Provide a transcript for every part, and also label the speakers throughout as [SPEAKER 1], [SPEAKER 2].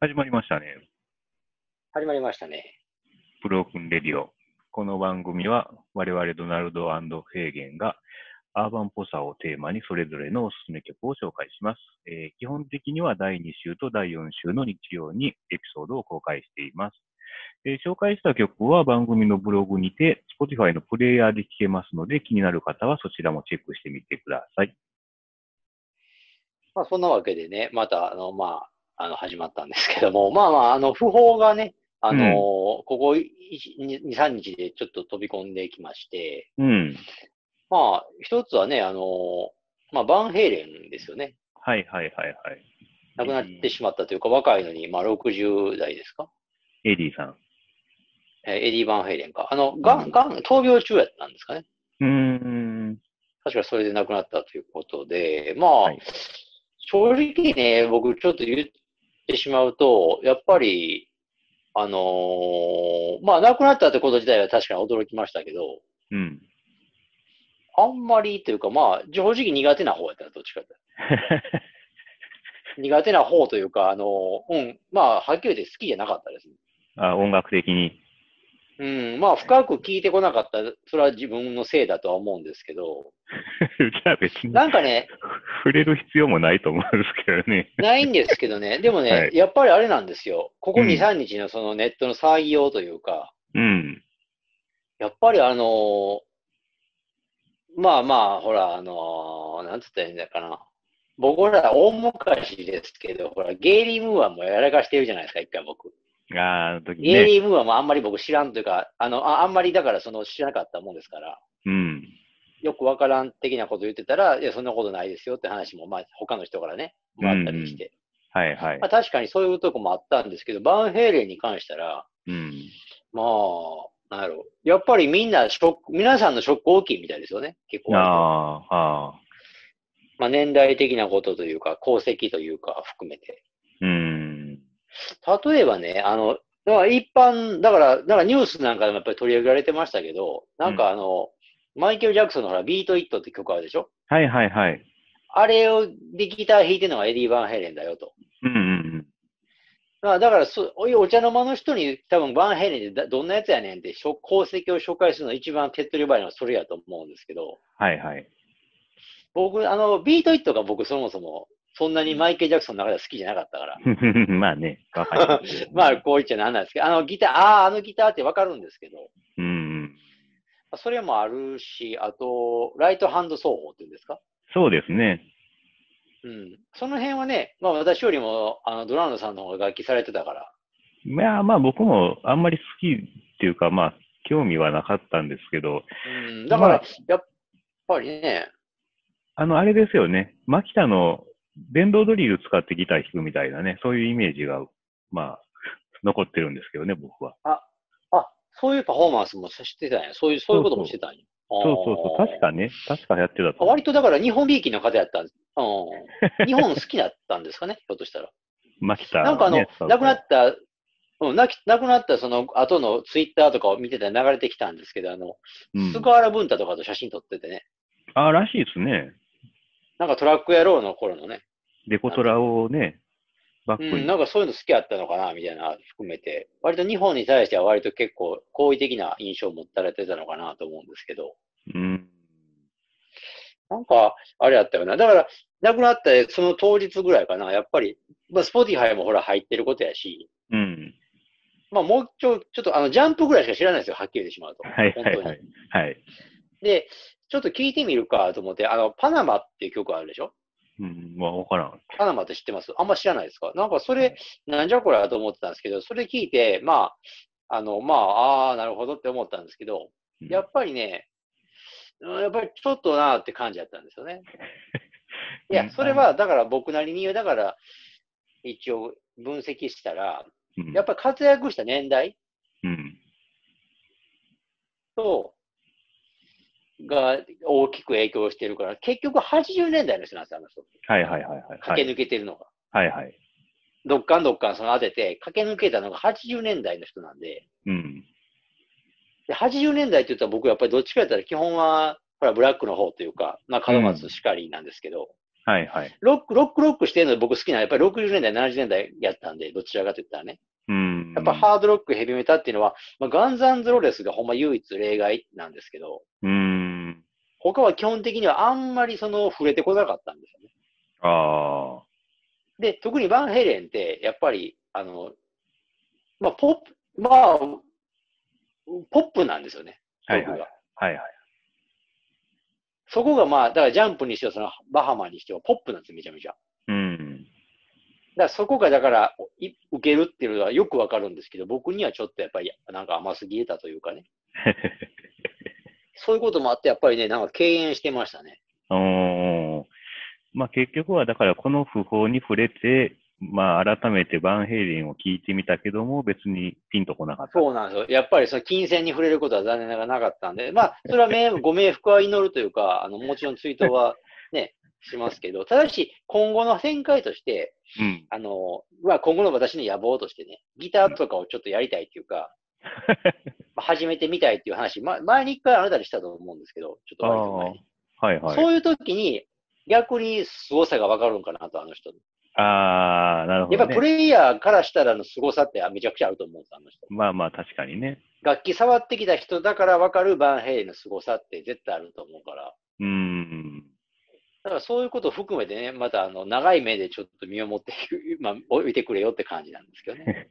[SPEAKER 1] 始まりましたね。
[SPEAKER 2] 始まりましたね。
[SPEAKER 1] ブロークンレディオ。この番組は我々ドナルドヘーゲンがアーバンっぽさをテーマにそれぞれのおすすめ曲を紹介します。えー基本的には第2週と第4週の日曜にエピソードを公開しています。えー紹介した曲は番組のブログにて Spotify のプレイヤーで聴けますので気になる方はそちらもチェックしてみてください。
[SPEAKER 2] まあ、そんなわけでね、また、あの、まあ、あの、始まったんですけども、ま あまあ、あの、不法がね、あのー
[SPEAKER 1] うん
[SPEAKER 2] ここ2、2 3日でちょっと飛び込んできまして、
[SPEAKER 1] うん。
[SPEAKER 2] まあ、一つはね、あのーまあ、バンヘイレンですよね。
[SPEAKER 1] はいはいはいはい。
[SPEAKER 2] 亡くなってしまったというか、若いのに、まあ、60代ですか
[SPEAKER 1] エディさん。
[SPEAKER 2] えーエディ・バンヘイレンか。あの、が
[SPEAKER 1] うん
[SPEAKER 2] ん、がん、闘病中やったんですかね。
[SPEAKER 1] うーん。
[SPEAKER 2] 確かそれで亡くなったということで、まあ、
[SPEAKER 1] はい
[SPEAKER 2] 正直ね、僕ちょっと言ってしまうと、やっぱり、あのーまあ亡くなったってこと自体は確かに驚きましたけど、
[SPEAKER 1] うん。
[SPEAKER 2] あんまりというか、まあ、正直苦手な方やったらどっ ちかと。苦手な方というか、あのーうん、まあ、はっきり言って好きじゃなかったですね。
[SPEAKER 1] あ音楽的に。
[SPEAKER 2] うん、まあ、深く聞いてこなかった、それは自分のせいだとは思うんですけど、
[SPEAKER 1] じゃあ別に
[SPEAKER 2] なんかね、
[SPEAKER 1] 触れる必要もないと思うんですけどね。
[SPEAKER 2] ないんですけ どね、でもね、
[SPEAKER 1] はい
[SPEAKER 2] やっぱりあれなんですよ、ここ
[SPEAKER 1] うん
[SPEAKER 2] 2、3日のそのネットの騒ぎようというか、
[SPEAKER 1] うん。
[SPEAKER 2] やっぱりあのーまあまあ、ほら、あのーなんつったらいいんだかな、僕ら大昔ですけど、ほら、ゲイリー・ムーアもやらかしてるじゃないですか、一回僕。
[SPEAKER 1] あーあの時
[SPEAKER 2] ゲイ
[SPEAKER 1] ね。
[SPEAKER 2] リー・ムーアもあんまり僕知らんというか、あのああんまりだからその知らなかったもんですから、
[SPEAKER 1] うん。
[SPEAKER 2] よくわからん的なこと言ってたら、いや、そんなことないですよって話も、まあ、他の人からね、もらったりして。
[SPEAKER 1] はいはい
[SPEAKER 2] まあ、。確かにそういうとこもあったんですけど、バンヘイレンに関したら、
[SPEAKER 1] うん。
[SPEAKER 2] まあ、なんやろやっぱりみんなショック、皆さんのショック大きいみたいですよね、結構。
[SPEAKER 1] ああ、ああ。
[SPEAKER 2] まあ、年代的なことというか、功績というか含めて。
[SPEAKER 1] うん。
[SPEAKER 2] 例えばね、あの、だから一般、だから、だからニュースなんかでもやっぱり取り上げられてましたけど、なんかあの、マイケル・ジャクソンのほら、ビート・イットって曲あるでしょ
[SPEAKER 1] はいはいはい。
[SPEAKER 2] あれを、でギター弾いてるのがエディ・バンヘイレンだよと。
[SPEAKER 1] うんうん
[SPEAKER 2] まあ、だからそう、おお茶の間の人に多分バンヘイレンってだどんなやつやねんってしょ功績を紹介するの一番手っ取り早いのはそれやと思うんですけど、
[SPEAKER 1] うん。はいはい。
[SPEAKER 2] 僕、あの、ビートイットが僕そもそもそんなにマイケル・ジャクソンの中では好きじゃなかったから、
[SPEAKER 1] まあね、わかりますよ
[SPEAKER 2] まあ、こう言っちゃなんなんですけど、あのギター、ああ、あのギターってわかるんですけど、
[SPEAKER 1] うん。
[SPEAKER 2] まあそれもあるし、あと、ライトハンド奏法っていうんですか
[SPEAKER 1] そうですね。
[SPEAKER 2] うん。その辺はね、まあ私よりも、あの、ドラノさんの方が楽器されてたから、
[SPEAKER 1] まあまあ僕もあんまり好きっていうかまあ興味はなかったんですけど、
[SPEAKER 2] うん。だか
[SPEAKER 1] ま
[SPEAKER 2] ら
[SPEAKER 1] あ、
[SPEAKER 2] やっぱりね、
[SPEAKER 1] あのあれですよね。マキタの電動ドリル使ってギター弾くみたいなね、そういうイメージがまあ残ってるんですけどね、僕は。
[SPEAKER 2] あ、そういうパフォーマンスもしてたんや。そういう、そういうこともしてたんや。
[SPEAKER 1] そうそうそう。確か
[SPEAKER 2] に。
[SPEAKER 1] ね、確かやってたと
[SPEAKER 2] あ
[SPEAKER 1] 思う。
[SPEAKER 2] 割とだから日本びいきの方やったんです。うん。日本好きだったんですかね、 ひょっとしたら。
[SPEAKER 1] マキタ、ね、
[SPEAKER 2] なんかあの、
[SPEAKER 1] そう
[SPEAKER 2] 亡くなった、うん、亡き亡くなったその後のツイッターとかを見てたら流れてきたんですけど、あの、
[SPEAKER 1] うん
[SPEAKER 2] 菅原文太とかと写真撮っててね、
[SPEAKER 1] あ、らしいですね。
[SPEAKER 2] なんかトラック野郎の頃のね、
[SPEAKER 1] デコトラをね、バッ
[SPEAKER 2] う
[SPEAKER 1] ク
[SPEAKER 2] ん、
[SPEAKER 1] に。
[SPEAKER 2] なんかそういうの好きやったのかな、みたいな含めて、割と日本に対しては割と結構好意的な印象を持たれてたのかなと思うんですけど、
[SPEAKER 1] うん。
[SPEAKER 2] なんか、あれやったよな。だから、亡くなったその当日ぐらいかな、やっぱり、まあ、スポティファイもほら入ってることやし、
[SPEAKER 1] うん。
[SPEAKER 2] まあもうちょ、ちょっとあの、ジャンプぐらいしか知らないですよ、はっきり言ってしまうと。
[SPEAKER 1] はいはい
[SPEAKER 2] 本当
[SPEAKER 1] は
[SPEAKER 2] に
[SPEAKER 1] い。はい。
[SPEAKER 2] で、ちょっと聞いてみるかと思って、あの、パナマっていう曲あるでしょ
[SPEAKER 1] うん、まあ、わからん。
[SPEAKER 2] パナマって知ってますあんま知らないですかなんかそ
[SPEAKER 1] は
[SPEAKER 2] れ、なんじゃこりゃと思ってたんですけど、それ聞いて、まあ、あの、まあ、ああー、なるほどって思ったんですけど、
[SPEAKER 1] うん
[SPEAKER 2] やっぱりね、うんやっぱりちょっとなーって感じだったんですよ ね。いや、それは、だから僕なりに、だから、一応分析したら、
[SPEAKER 1] うん
[SPEAKER 2] やっぱり活躍した年代
[SPEAKER 1] うん。
[SPEAKER 2] と、が大きく影響してるから、結局80年代の人なんですよ、あの人。
[SPEAKER 1] はいはいはいはい。
[SPEAKER 2] 駆け抜けてるのが。
[SPEAKER 1] はいはい。
[SPEAKER 2] どっかんどっかんその当てて、駆け抜けたのが80年代の人なんで、
[SPEAKER 1] うん。
[SPEAKER 2] で80年代って言ったら僕やっぱりどっちかやったら基本は、ほら、ブラックの方というか、まあ、門松しかりなんですけど、
[SPEAKER 1] はいはい。
[SPEAKER 2] ロック、ロックロックしてるの僕好きなのはやっぱり60年代、70年代やったんで、どちらかといったらね。
[SPEAKER 1] うん。
[SPEAKER 2] やっぱハードロック、ヘビメタっていうのは、まあ、ガンザンズロレスがほんま唯一例外なんですけど、
[SPEAKER 1] うん。
[SPEAKER 2] 他は基本的にはあんまりその触れてこなかったんですよね。
[SPEAKER 1] ああ。
[SPEAKER 2] で、特にバンヘイレンって、やっぱり、あの、まあ、ポップ、まあ、ポップなんですよね。
[SPEAKER 1] はいは
[SPEAKER 2] 曲
[SPEAKER 1] い
[SPEAKER 2] が。
[SPEAKER 1] はいはい。
[SPEAKER 2] そこがまあ、だからジャンプにしては、そのバハマにしてはポップなんですよ、めちゃめちゃ。
[SPEAKER 1] うん。
[SPEAKER 2] だからそこがだから、い受けるっていうのはよくわかるんですけど、僕にはちょっとやっぱりなんか甘すぎれたとい うかね。そういうこともあって、やっぱりね、なんか敬遠してましたね。
[SPEAKER 1] おーまあ結局はだからこの訃報に触れて、まあ改めてバンヘイレンを聞いてみたけども、別にピンとこなかった。
[SPEAKER 2] そうなんですよ。やっぱりその金銭に触れることは残念ながらなかったんで、まあ、それは めご冥福は祈るというか、あの、もちろん追悼はね、しますけど、ただし、今後の展開として、
[SPEAKER 1] うん。
[SPEAKER 2] あの、まあ、今後の私の野望としてね、ギターとかをちょっとやりたいっていう か、まあ始めてみたいっていう話、ま、前に一回あなたにしたと思うんですけど、ちょっと
[SPEAKER 1] あ
[SPEAKER 2] 割と前
[SPEAKER 1] あ
[SPEAKER 2] に。。
[SPEAKER 1] はいはい。
[SPEAKER 2] そういう時に、逆に凄さが分かるんかなと、あの人。
[SPEAKER 1] ああ、なるほど、ね。
[SPEAKER 2] やっぱりプレイヤーからしたらの凄さってあめちゃくちゃあると思うんです、あの人。
[SPEAKER 1] まあまあ確かにね。
[SPEAKER 2] 楽器触ってきた人だから分かるバンヘイレンの凄さって絶対あると思うから。
[SPEAKER 1] うん。
[SPEAKER 2] だからそういうことを含めてね、またあの長い目でちょっと見守って、まあ、置いてくれよって感じなんですけど ね。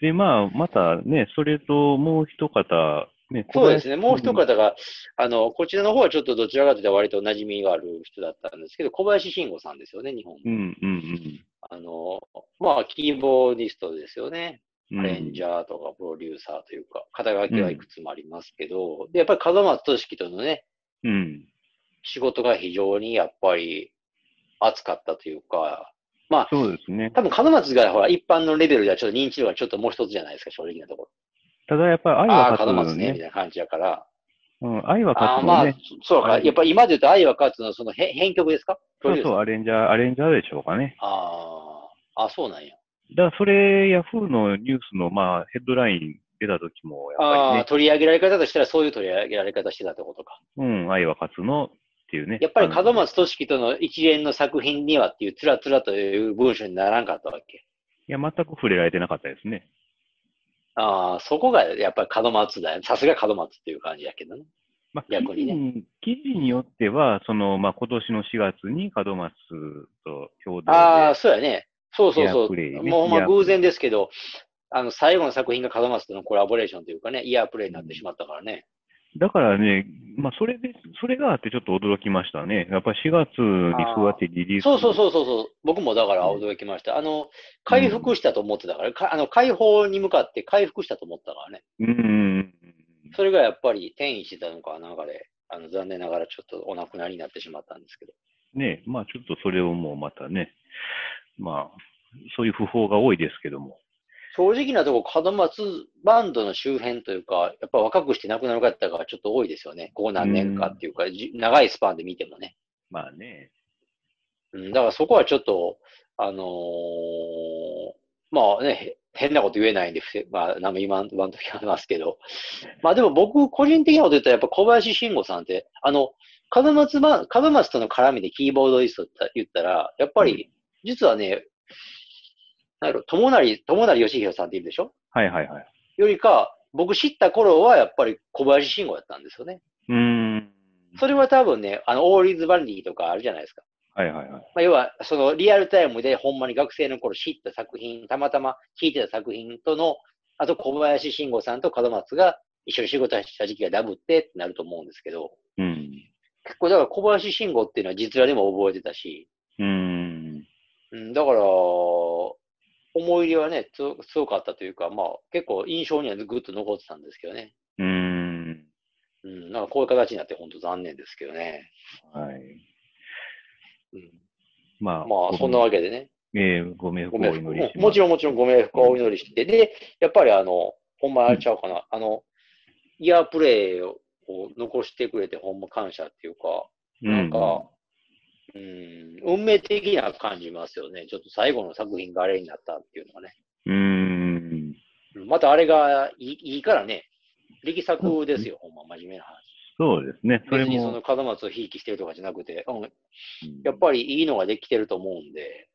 [SPEAKER 1] で、まあ、またね、それともう一方、ね、
[SPEAKER 2] そうですね、も
[SPEAKER 1] 小
[SPEAKER 2] う一
[SPEAKER 1] 林
[SPEAKER 2] 方が、あの、こちらの方はちょっとどちらかというと割と馴染みがある人だったんですけど、小林慎吾さんですよね、日本の。
[SPEAKER 1] うんうん
[SPEAKER 2] あの、まあ、キーボーディストですよね。
[SPEAKER 1] うん。
[SPEAKER 2] アレンジ
[SPEAKER 1] ー。
[SPEAKER 2] ャーとかプロデューサーというか、肩書きはいくつもありますけど、でやっぱり門松俊樹とのね、
[SPEAKER 1] うん。
[SPEAKER 2] 仕事が非常にやっぱり熱かったというか、まあ、
[SPEAKER 1] そうですね。
[SPEAKER 2] 多分門松がほら一般のレベルではちょっと認知度がちょっともう一つじゃないですか、正直なとこ
[SPEAKER 1] ただやっぱり愛
[SPEAKER 2] ろ。あ
[SPEAKER 1] は
[SPEAKER 2] あー、門
[SPEAKER 1] 勝つ
[SPEAKER 2] 松
[SPEAKER 1] の
[SPEAKER 2] ね、み
[SPEAKER 1] ね。
[SPEAKER 2] たいな感じだから。
[SPEAKER 1] うん、愛は勝
[SPEAKER 2] ああー、
[SPEAKER 1] つの
[SPEAKER 2] まあ
[SPEAKER 1] ね。、
[SPEAKER 2] そうか。やっぱり今で言うと愛は勝つのその編編曲ですか
[SPEAKER 1] そ
[SPEAKER 2] プロ
[SPEAKER 1] う
[SPEAKER 2] デューサ
[SPEAKER 1] そ
[SPEAKER 2] ー
[SPEAKER 1] う、アレンジャー、アレンジャーでしょうかね。
[SPEAKER 2] あーあ、そうなんや。
[SPEAKER 1] だからそれ、ヤフーのニュースの、まあ、ヘッドライン出た時も、やっぱ
[SPEAKER 2] あ
[SPEAKER 1] り
[SPEAKER 2] あー、取り上げられ方としたらそういう取り上げられ方してたってことか。
[SPEAKER 1] ね、うん、愛は勝つのっていうね。
[SPEAKER 2] やっぱり
[SPEAKER 1] あの
[SPEAKER 2] 門松俊樹との一連の作品にはっていう、つらつらという文章にならんかったわけ。
[SPEAKER 1] いや、全く触れられてなかったですね。
[SPEAKER 2] ああ、そこがやっぱり門松だよ。さすが門松っていう感じやけどね。
[SPEAKER 1] まあ、記
[SPEAKER 2] 逆
[SPEAKER 1] 事
[SPEAKER 2] にね
[SPEAKER 1] に記事によっては、その、まあ、今年の4月に門松と共同で、
[SPEAKER 2] ああ、そうやね。そうそうそ
[SPEAKER 1] イヤープレイね
[SPEAKER 2] う。もうほん
[SPEAKER 1] イヤ
[SPEAKER 2] ま
[SPEAKER 1] ープレイ
[SPEAKER 2] 偶然ですけど、あの、最後の作品が門松とのコラボレーションというかね、イヤープレイになってしまったからね。
[SPEAKER 1] だからね、まあ、それで、それがあってちょっと驚きましたね。やっぱ4月にそうやってリリース。
[SPEAKER 2] そうそう
[SPEAKER 1] う。
[SPEAKER 2] そうそうそう。僕もだから驚きました。あの、回復したと思ってたから、かあの、解放に向かって回復したと思ったからね。
[SPEAKER 1] うんうんうん。
[SPEAKER 2] それがやっぱり転移してたのか、なんかで、あの残念ながらちょっとお亡くなりになってしまったんですけど。
[SPEAKER 1] ねまあ、ちょっとそれをもうまたね、まあ、そういう訃報が多いですけども。
[SPEAKER 2] 正直なとこ、門松バンドの周辺というか、やっぱ若くして亡くなる方がちょっと多いですよね。ここ何年かっていうか、じ長いスパンで見てもね。
[SPEAKER 1] まあね。
[SPEAKER 2] うん、だからそこはちょっと、あのーまあね、へ変なこと言えないんで、ふせまあ、何も今の今の時はますけど。まあでも僕、個人的なこと言ったら、やっぱ小林慎吾さんって、あの、門松ば、門松との絡みでキーボードリストって言ったら、やっぱり、実はね、なんやろ、友成、友成義弘さんっているでしょ
[SPEAKER 1] はいはいはい。
[SPEAKER 2] よりか、僕知った頃はやっぱり小林慎吾だったんですよね。
[SPEAKER 1] うーん。
[SPEAKER 2] それは多分ね、あの、オーリーズ・バンディとかあるじゃないですか。
[SPEAKER 1] はいはいはい。
[SPEAKER 2] まあ、要は、そのリアルタイムでほんまに学生の頃知った作品、たまたま聴いてた作品との、あと小林慎吾さんと門松が一緒に仕事した時期がダブってってなると思うんですけど、
[SPEAKER 1] うん。
[SPEAKER 2] 結構だから小林慎吾っていうのは実話でも覚えてたし、
[SPEAKER 1] うーん。
[SPEAKER 2] うん、だから、思い入れはね、つ強かったというか、まあ結構印象にはぐっと残ってたんですけどね。
[SPEAKER 1] うーん。
[SPEAKER 2] うん、なんかこういう形になって本当残念ですけどね。
[SPEAKER 1] はい。
[SPEAKER 2] うん、
[SPEAKER 1] まあ、
[SPEAKER 2] まあそんなわけでね。
[SPEAKER 1] け。えー、ご冥福
[SPEAKER 2] ご
[SPEAKER 1] をお祈
[SPEAKER 2] 冥福
[SPEAKER 1] りしま
[SPEAKER 2] も
[SPEAKER 1] す。
[SPEAKER 2] もちろんもちろんご冥福をお祈りして、で、やっぱりあの、ほんまあれちゃうかな、あの、イヤープレイを残してくれてほんま感謝っていうか、なんか、うん、運命的な感じますよね。ちょっと最後の作品があれになったっていうのはね。
[SPEAKER 1] うん。うーん。
[SPEAKER 2] またあれがいいいいからね、力作ですよ、ほんま真面目な話。
[SPEAKER 1] そうですね。それ
[SPEAKER 2] 別にそ
[SPEAKER 1] も
[SPEAKER 2] の、門松をひいきしてるとかじゃなくて、うん、
[SPEAKER 1] うん
[SPEAKER 2] やっぱりいいのができてると思うんで、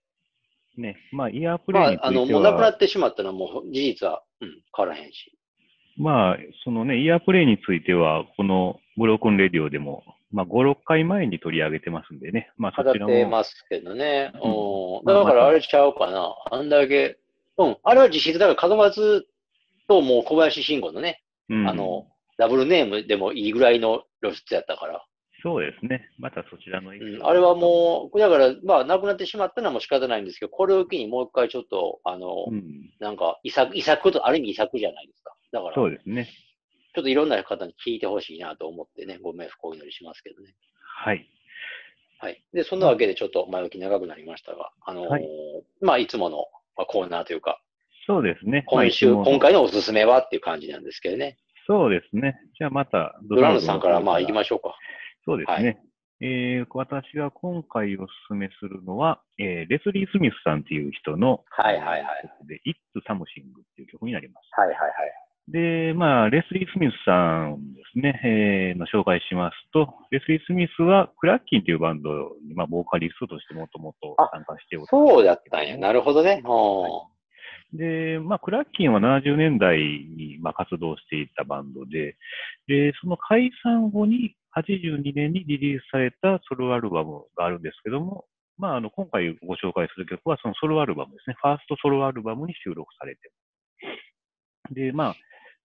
[SPEAKER 1] ね、まあ、イヤープ
[SPEAKER 2] ま
[SPEAKER 1] レイにつ
[SPEAKER 2] あ、あの、
[SPEAKER 1] いて
[SPEAKER 2] もうなくな
[SPEAKER 1] は、
[SPEAKER 2] ってしまったのはもう事実は、うん、変わらへんし。
[SPEAKER 1] まあ、そのね、イヤープレイについては、このブロークンレディオでも、まあ、5、6回前に取り上げてますんでね。まあ、
[SPEAKER 2] 語
[SPEAKER 1] そ
[SPEAKER 2] っ
[SPEAKER 1] ちら
[SPEAKER 2] て
[SPEAKER 1] も、
[SPEAKER 2] ますけどね。
[SPEAKER 1] う
[SPEAKER 2] うん。
[SPEAKER 1] まあ
[SPEAKER 2] だからあれちゃうかな。あんだけ。うん。あれは実質、だから門松ともう小林慎吾のね、
[SPEAKER 1] うん
[SPEAKER 2] あの、ダブルネームでもいいぐらいの露出やったから。
[SPEAKER 1] そうですね。またそちらのエピソー
[SPEAKER 2] うん。
[SPEAKER 1] ド
[SPEAKER 2] あれはもう、だから、まあ、なくなってしまったのはもう仕方ないんですけど、これを機にもう一回ちょっと、あの、
[SPEAKER 1] うん、
[SPEAKER 2] なんか、遺作、遺作と、ある意味遺作じゃないですか。だから、ち
[SPEAKER 1] そ
[SPEAKER 2] ょ
[SPEAKER 1] うですね。
[SPEAKER 2] っといろんな方に聞いてほしいなと思ってね、ご冥福をお祈りしますけどね。
[SPEAKER 1] はい。
[SPEAKER 2] はい。で、そんなわけでちょっと前置き長くなりましたが、あのー
[SPEAKER 1] はい
[SPEAKER 2] まあ、いつものまあコーナーというか、
[SPEAKER 1] そうですね。まあ
[SPEAKER 2] 今週、
[SPEAKER 1] いつもの
[SPEAKER 2] 今回のおすすめはっていう感じなんですけどね。
[SPEAKER 1] そうですね。じゃあまた、ド
[SPEAKER 2] ドラムさんから、
[SPEAKER 1] の方
[SPEAKER 2] まあ、行きましょうか。
[SPEAKER 1] そうですね。えー私が今回お勧めするのは、えーレスリー・スミスさんっていう人の、
[SPEAKER 2] はいはいはい
[SPEAKER 1] 曲で、It's Something っていう曲になります。
[SPEAKER 2] はいはいはい。
[SPEAKER 1] で、まあ、レスリー・スミスさんですね、えーの紹介しますと、レスリー・スミスは、クラッキンっていうバンドに、まあ、ボーカリストとしてもともと参加しており
[SPEAKER 2] そうだったんや。なるほどね。
[SPEAKER 1] はで、まあ、クラッキンは70年代に、まあ、活動していたバンドで、で、その解散後に82年にリリースされたソロアルバムがあるんですけども、まあ、あの、今回ご紹介する曲はそのソロアルバムですね。ファーストソロアルバムに収録されてますで、まあ、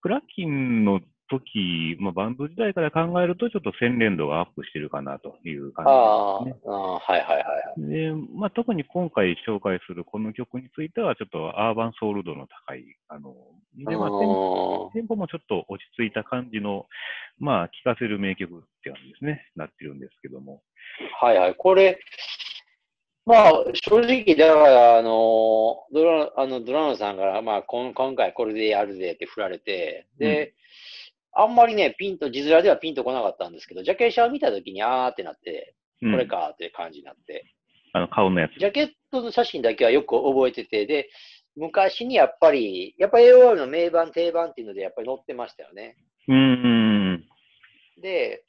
[SPEAKER 1] クラッキンの時、まあ、バンド時代から考えると、ちょっと洗練度がアップしてるかなという
[SPEAKER 2] あ
[SPEAKER 1] 感じで
[SPEAKER 2] あ
[SPEAKER 1] すね。
[SPEAKER 2] ー、あーはいはいはいはい。
[SPEAKER 1] で、まあ、特に今回紹介するこの曲については、ちょっとアーバンソウル度の高い、あの、で、まあ、
[SPEAKER 2] う
[SPEAKER 1] テン
[SPEAKER 2] ーん
[SPEAKER 1] テンポもちょっと落ち着いた感じの、まあ、聴かせる名曲って感じですね、なってるんですけども。
[SPEAKER 2] はいはい。これ、まあ、正直、だから、あの、ドラ、あの、ドラムさんから、まあ、こん今回これでやるぜって振られて、で、あんまりね、ピンと、字面ではピンとこなかったんですけど、ジャケ写を見たときに、あーってなって、
[SPEAKER 1] う
[SPEAKER 2] こ
[SPEAKER 1] ん
[SPEAKER 2] れ。かーって感じになって、
[SPEAKER 1] あの、顔のやつ。
[SPEAKER 2] ジャケットの写真だけはよく覚えてて、で、昔にやっぱり、やっぱ AOR の名盤、定番っていうので、やっぱり載ってましたよね。
[SPEAKER 1] うーん。
[SPEAKER 2] で、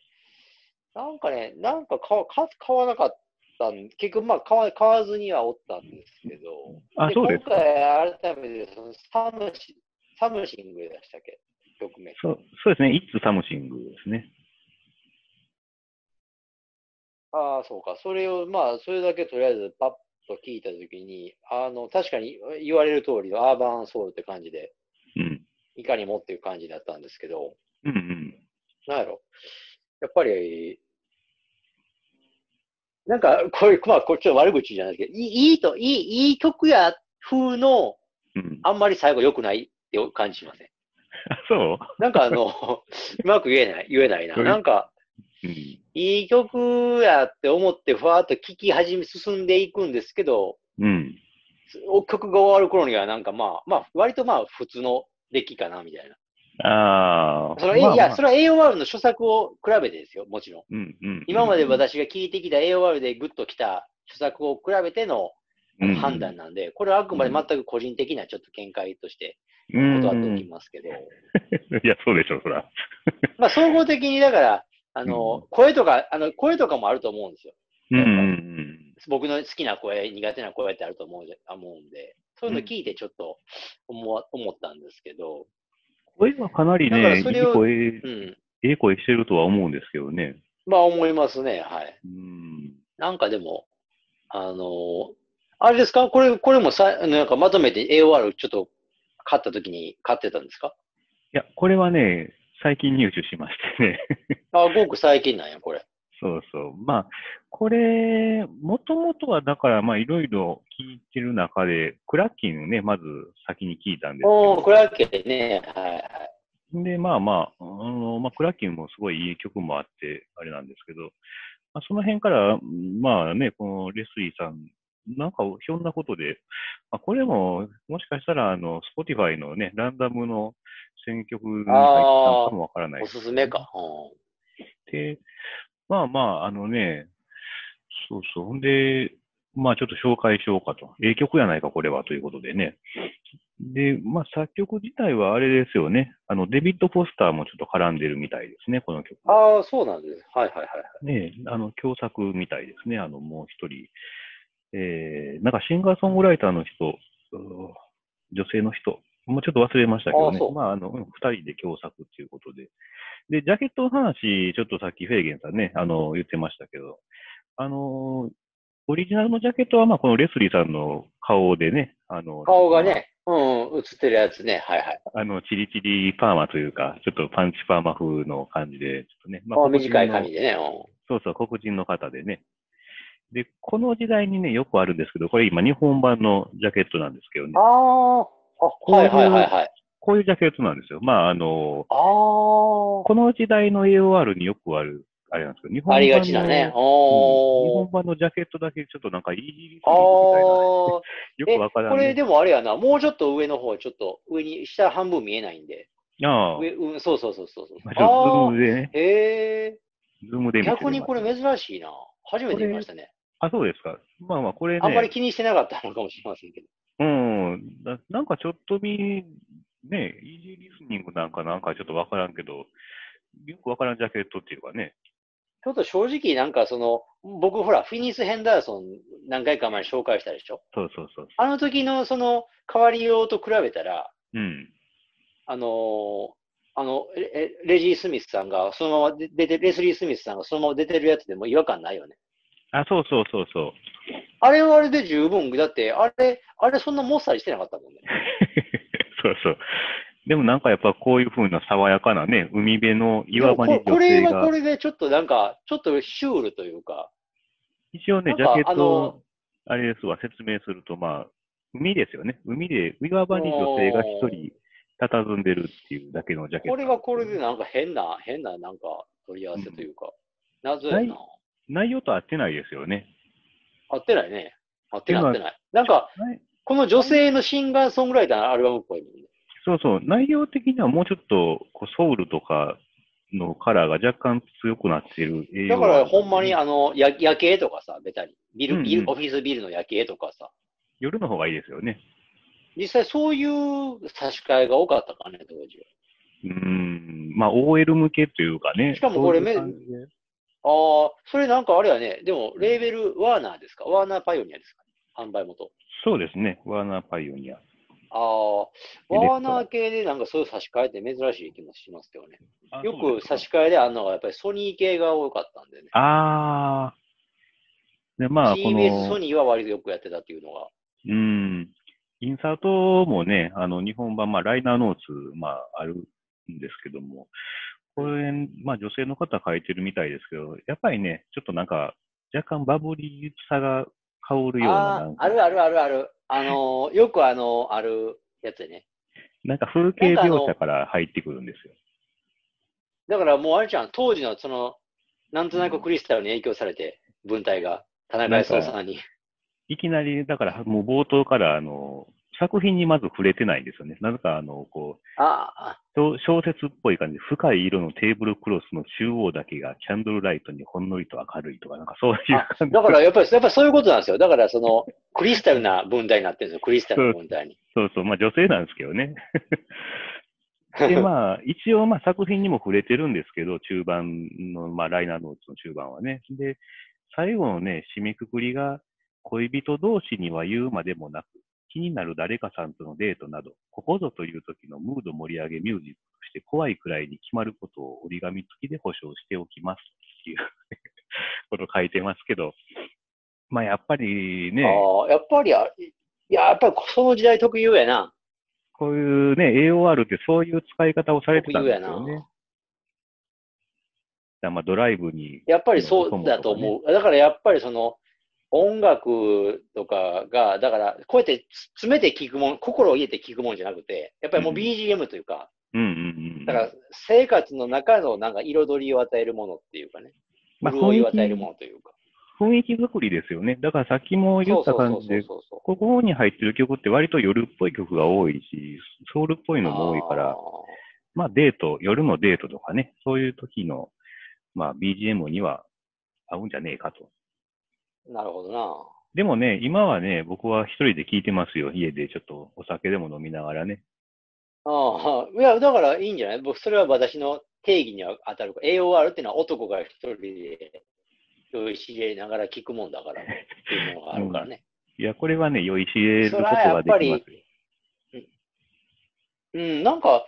[SPEAKER 2] なんかね、なんか買わ買買わなかったん、結局まあ買わ買わずにはおったんですけど、
[SPEAKER 1] あ、そうですか
[SPEAKER 2] 今。回改めてそのサムシ、サムシングでしたっけ曲名。
[SPEAKER 1] そうそうですね、It's Something ですね。
[SPEAKER 2] ああ、そうか。それを、まあ、それだけとりあえずパッと聞いたときに、あの、確かに言われる通りのアーバンソウルって感じで、
[SPEAKER 1] うん。
[SPEAKER 2] いかにもっていう感じだったんですけど、
[SPEAKER 1] うんうん。
[SPEAKER 2] なんやろ。やっぱり、なんか、これ、まあ、これちょっと悪口じゃないですけど、いいいいと、いい、いい曲や風の、
[SPEAKER 1] うん、
[SPEAKER 2] あんまり最後良くないって感じしません。
[SPEAKER 1] あ、そ
[SPEAKER 2] なんかあ の、うまく言えない、言えないな。
[SPEAKER 1] うん
[SPEAKER 2] なんか、
[SPEAKER 1] う、うん、
[SPEAKER 2] いい曲やって思って、ふわーっと聴き始め、進んでいくんですけど、
[SPEAKER 1] うん。
[SPEAKER 2] お曲が終わる頃には、なんかまあ、まあ、割とまあ、普通の出来かな、みたいな。
[SPEAKER 1] ああ。
[SPEAKER 2] それ、
[SPEAKER 1] まあま
[SPEAKER 2] いや、
[SPEAKER 1] あ
[SPEAKER 2] それは AOR の著作を比べてですよ、もちろん。
[SPEAKER 1] うんうん、
[SPEAKER 2] 今まで私が聞いてきた AOR でグッときた著作を比べてのあ
[SPEAKER 1] うんう
[SPEAKER 2] の
[SPEAKER 1] ん
[SPEAKER 2] 判断なんで、これはあくまで全く個人的なちょっと見解として
[SPEAKER 1] うん
[SPEAKER 2] 断っておきますけど、
[SPEAKER 1] いや、そうでしょう、そら。
[SPEAKER 2] まあ総合的にだから、あ
[SPEAKER 1] う
[SPEAKER 2] の、声とか、あの、声とかもあると思うんですよ。
[SPEAKER 1] うんうんうん。
[SPEAKER 2] 僕の好きな声、苦手な声ってあると思うじゃ思うんで、そういうの聞いてちょっと思わ思ったんですけど、
[SPEAKER 1] 声はかなり
[SPEAKER 2] だか
[SPEAKER 1] ね、い
[SPEAKER 2] ら
[SPEAKER 1] い
[SPEAKER 2] それを
[SPEAKER 1] 声、
[SPEAKER 2] うん。
[SPEAKER 1] ええ声してるとは思うんですけどね。
[SPEAKER 2] まあ思いますね、はい。
[SPEAKER 1] うん。
[SPEAKER 2] なんかでも、あのーあれですかこれ、これもさ、なんかまとめて AOR ちょっと買った時に買ってたんですか
[SPEAKER 1] いや、これはね、最近入手しましてね。
[SPEAKER 2] あ、ごく最近なんや、これ。
[SPEAKER 1] そうそう。まあ、これ、もともとはだから、まあ、いろいろ聞いてる中で、クラッキンをね、まず先に聞いたんですけ
[SPEAKER 2] おー、
[SPEAKER 1] ど
[SPEAKER 2] こ、れだけでね、はいはい。
[SPEAKER 1] で、まあまあ、あの、まあ、クラッキンもすごいいい曲もあって、あれなんですけど、まあ、その辺から、うんまあね、このレスリーさん、なんかひょんなことで、まあ、これも、もしかしたら、あの、Spotify のね、ランダムの選曲に入ったのかもわからない
[SPEAKER 2] おすすめか。う
[SPEAKER 1] で、まあまあ、あのね、そうそう。ほんで、まあちょっと紹介しようかと。ええ曲やないか、これは、ということでね。で、まあ作曲自体はあれですよね。あの、デビッド・ポスターもちょっと絡んでるみたいですね、この曲。
[SPEAKER 2] ああ、そうなんです。はいはいはい。
[SPEAKER 1] ねえ、あの、共作みたいですね。あの、もう一人。えー、なんかシンガーソングライターの人、うー女性の人、もうちょっと忘れましたけどね
[SPEAKER 2] あそ。う
[SPEAKER 1] まあ、あの、うん二人で共作っていうことで。で、ジャケットの話、ちょっとさっきフェーゲンさんね、あの、言ってましたけど、あのー、オリジナルのジャケットは、まあ、このレスリーさんの顔でね、あの、
[SPEAKER 2] 顔がね、うん、うん映ってるやつね。はいはい。
[SPEAKER 1] あの、チリチリパーマというか、ちょっとパンチパーマ風の感じで、ちょっとね、ま
[SPEAKER 2] あ、短い
[SPEAKER 1] 感じ
[SPEAKER 2] 髪でね。う
[SPEAKER 1] そうそう、黒人の方でね。で、この時代にね、よくあるんですけど、これ今日本版のジャケットなんですけどね
[SPEAKER 2] ん、あ。ーあ、はいはいはいはい。
[SPEAKER 1] こういうジャケットなんですよ。まあ、あの、
[SPEAKER 2] あー
[SPEAKER 1] この時代の AOR によくある、あれなんですけど、日本版の
[SPEAKER 2] ありがちだね。
[SPEAKER 1] うん
[SPEAKER 2] お
[SPEAKER 1] 日本版のジャケットだけちょっとなんかイギリス
[SPEAKER 2] ああ
[SPEAKER 1] み
[SPEAKER 2] ー
[SPEAKER 1] たいな、よくわから
[SPEAKER 2] こ
[SPEAKER 1] ない。
[SPEAKER 2] れでもあれやな、もうちょっと上の方、ちょっと上に、下半分見えないんで。
[SPEAKER 1] ああ、
[SPEAKER 2] 上、うん、そうそうそうそうそう。
[SPEAKER 1] まあ、ちょっと
[SPEAKER 2] あ
[SPEAKER 1] ズー
[SPEAKER 2] ー
[SPEAKER 1] ムでね、
[SPEAKER 2] へえ
[SPEAKER 1] ズームで見てみます
[SPEAKER 2] 逆にこれ珍しいな。初めて見ましたね。
[SPEAKER 1] あ、そうですか。まあまあ、これね。
[SPEAKER 2] あんまり気にしてなかったのかもしれませんけど。
[SPEAKER 1] うん。ななんかちょっと見、ね、イージーリスニングなんかなんかちょっとわからんけど、よくわからんジャケットっていうかね。
[SPEAKER 2] ちょっと正直、なんかその、僕ほら、フィニス・ヘンダーソン何回か前に紹介したでしょ。
[SPEAKER 1] そうそうそう。
[SPEAKER 2] あの時のその変わりようと比べたら、
[SPEAKER 1] うん。
[SPEAKER 2] あのーあのレ、レレジー・スミスさんが、そのまま出出て、レスリー・スミスさんがそのまま出てるやつでも違和感ないよね。
[SPEAKER 1] あ、そうそうそうそう。
[SPEAKER 2] あれはあれで十分、だって、あれ、あれそんなもっさりしてなかったもんね。
[SPEAKER 1] そうそう。でもなんかやっぱこういう風な爽やかなね、海辺の岩場に
[SPEAKER 2] でもこ
[SPEAKER 1] 女
[SPEAKER 2] こ
[SPEAKER 1] 性
[SPEAKER 2] れはこ
[SPEAKER 1] が、
[SPEAKER 2] れでちょっとなんか、ちょっとシュールというか、
[SPEAKER 1] 一応ね、
[SPEAKER 2] なん
[SPEAKER 1] ジ
[SPEAKER 2] か
[SPEAKER 1] ャケッ
[SPEAKER 2] あ
[SPEAKER 1] トを
[SPEAKER 2] の、
[SPEAKER 1] あれですわ、説明すると、まあ、海ですよね。海で、岩場に女性が一人佇んでるっていうだけのジャケット。
[SPEAKER 2] これはこれでなんか変な、変ななんか取り合わせというか、謎や
[SPEAKER 1] ない
[SPEAKER 2] な。
[SPEAKER 1] 内容と合ってないですよね。
[SPEAKER 2] 合ってないね。合ってない、
[SPEAKER 1] 今
[SPEAKER 2] 合ってない。なんか、
[SPEAKER 1] ない
[SPEAKER 2] この女性のシンガーソングライターのアルバムっぽいもんね。
[SPEAKER 1] そうそう、内容的にはもうちょっとこうソウルとかのカラーが若干強くなってる栄
[SPEAKER 2] だ
[SPEAKER 1] 養
[SPEAKER 2] から、ほんまに、あの、や夜景とかさ、ベタに。ビル、ビ
[SPEAKER 1] うん
[SPEAKER 2] ル
[SPEAKER 1] うん
[SPEAKER 2] オフィスビルの夜景とかさ。
[SPEAKER 1] 夜の方がいいですよね。
[SPEAKER 2] 実際そういう差し替えが多かったかね、当時
[SPEAKER 1] うーん、まあ OL 向けというかね。
[SPEAKER 2] しかもこれ
[SPEAKER 1] そういう
[SPEAKER 2] め
[SPEAKER 1] 感じで
[SPEAKER 2] は。ああ、それなんかあれやね。でも、レーベル、ワーナーですかワーナーパイオニアですか販売元。
[SPEAKER 1] そうですね、ワーナーパイオニア。
[SPEAKER 2] ああ、
[SPEAKER 1] エレクトロ
[SPEAKER 2] ワーナー系でなんかそういう差し替えって珍しい気もしますけどね。よ
[SPEAKER 1] そうで
[SPEAKER 2] く
[SPEAKER 1] す
[SPEAKER 2] 差し替えであるのはやっぱりソニー系が多かったんでね。
[SPEAKER 1] あー。で、まあ、こ
[SPEAKER 2] TBS ソ
[SPEAKER 1] の、
[SPEAKER 2] ニーは割とよくやってたっていうのが。
[SPEAKER 1] うん、インサートもね、あの、日本版、まあ、ライナーノーツ、まあ、あるんですけども、これ、まあ、女性の方書いてるみたいですけど、やっぱりね、ちょっとなんか、若干バブリーさが香るような、な
[SPEAKER 2] あ
[SPEAKER 1] ん
[SPEAKER 2] あ、
[SPEAKER 1] か
[SPEAKER 2] あるあるあるある。あのーよくあのーあるやつやね。
[SPEAKER 1] なんか風景
[SPEAKER 2] なんかあの
[SPEAKER 1] 描写から入ってくるんですよ。
[SPEAKER 2] だからもうあれじゃん、当時のその、なんとなくクリスタルに影響されて、文体が、田中康夫さんに。
[SPEAKER 1] いきなり、だから、もう冒頭から、あの、作品にまず触れてないんですよね。なぜか、あの、こう、
[SPEAKER 2] ああ、
[SPEAKER 1] 小小説っぽい感じで、深い色のテーブルクロスの中央だけがキャンドルライトにほんのりと明るいとか、なんかそういう感じ。
[SPEAKER 2] だからやっぱり、やっぱりそういうことなんですよ。だからその、クリスタルな文体になってるんですよ、クリスタルの文体に。
[SPEAKER 1] そうそう、まあ女性なんですけどね。で、 まあ、一応、まあ作品にも触れてるんですけど、中盤の、まあライナーノーツの中盤はね。で、最後のね、締めくくりが、恋人同士には言うまでもなく、気になる誰かさんとのデートなど、ここぞという時のムード盛り上げミュージックとして怖いくらいに決まることを折り紙付きで保証しておきますっていう こと書いてますけど、まあやっぱりね、
[SPEAKER 2] ああ、やっぱりあ、いや、やっぱりその時代特有やな。
[SPEAKER 1] こういうね、AOR ってそういう使い方をされてたんですよ
[SPEAKER 2] 僕言うや
[SPEAKER 1] ね
[SPEAKER 2] な。
[SPEAKER 1] だまあドライブに、
[SPEAKER 2] やっぱりそうだと思う。だからやっぱりその、音楽とかが、だから、こうやってつ詰めて聞くもん、心を入れて聞くもんじゃなくて、やっぱりも
[SPEAKER 1] う
[SPEAKER 2] う
[SPEAKER 1] ん
[SPEAKER 2] BGM というか、
[SPEAKER 1] うんうんうん。
[SPEAKER 2] だから生活の中のなんか彩りを与えるものっていうかね、
[SPEAKER 1] まあ
[SPEAKER 2] 潤いを与える
[SPEAKER 1] 雰
[SPEAKER 2] ものというか。
[SPEAKER 1] 囲気作りですよね。だからさっきも言った感じで、
[SPEAKER 2] そうそう
[SPEAKER 1] ここに入ってる曲って割と夜っぽい曲が多いし、ソウルっぽいのも多いから、
[SPEAKER 2] あー
[SPEAKER 1] まあデート、夜のデートとかね、そういう時の、まあ BGM には合うんじゃねえかと。
[SPEAKER 2] なるほどな。
[SPEAKER 1] でもね、今はね、僕は一人で聞いてますよ。家でちょっとお酒でも飲みながらね。
[SPEAKER 2] ああ、いや、だからいいんじゃない僕、それは私の定義には当たる。AOR っていうのは男が一人で酔いしれながら聞くもんだから、っていうのがあるからね。
[SPEAKER 1] いや、これはね、酔いしれる
[SPEAKER 2] そ
[SPEAKER 1] こと
[SPEAKER 2] れはや
[SPEAKER 1] はで
[SPEAKER 2] っ
[SPEAKER 1] きま
[SPEAKER 2] ぱ
[SPEAKER 1] す
[SPEAKER 2] り
[SPEAKER 1] よ。、
[SPEAKER 2] うん、なんか、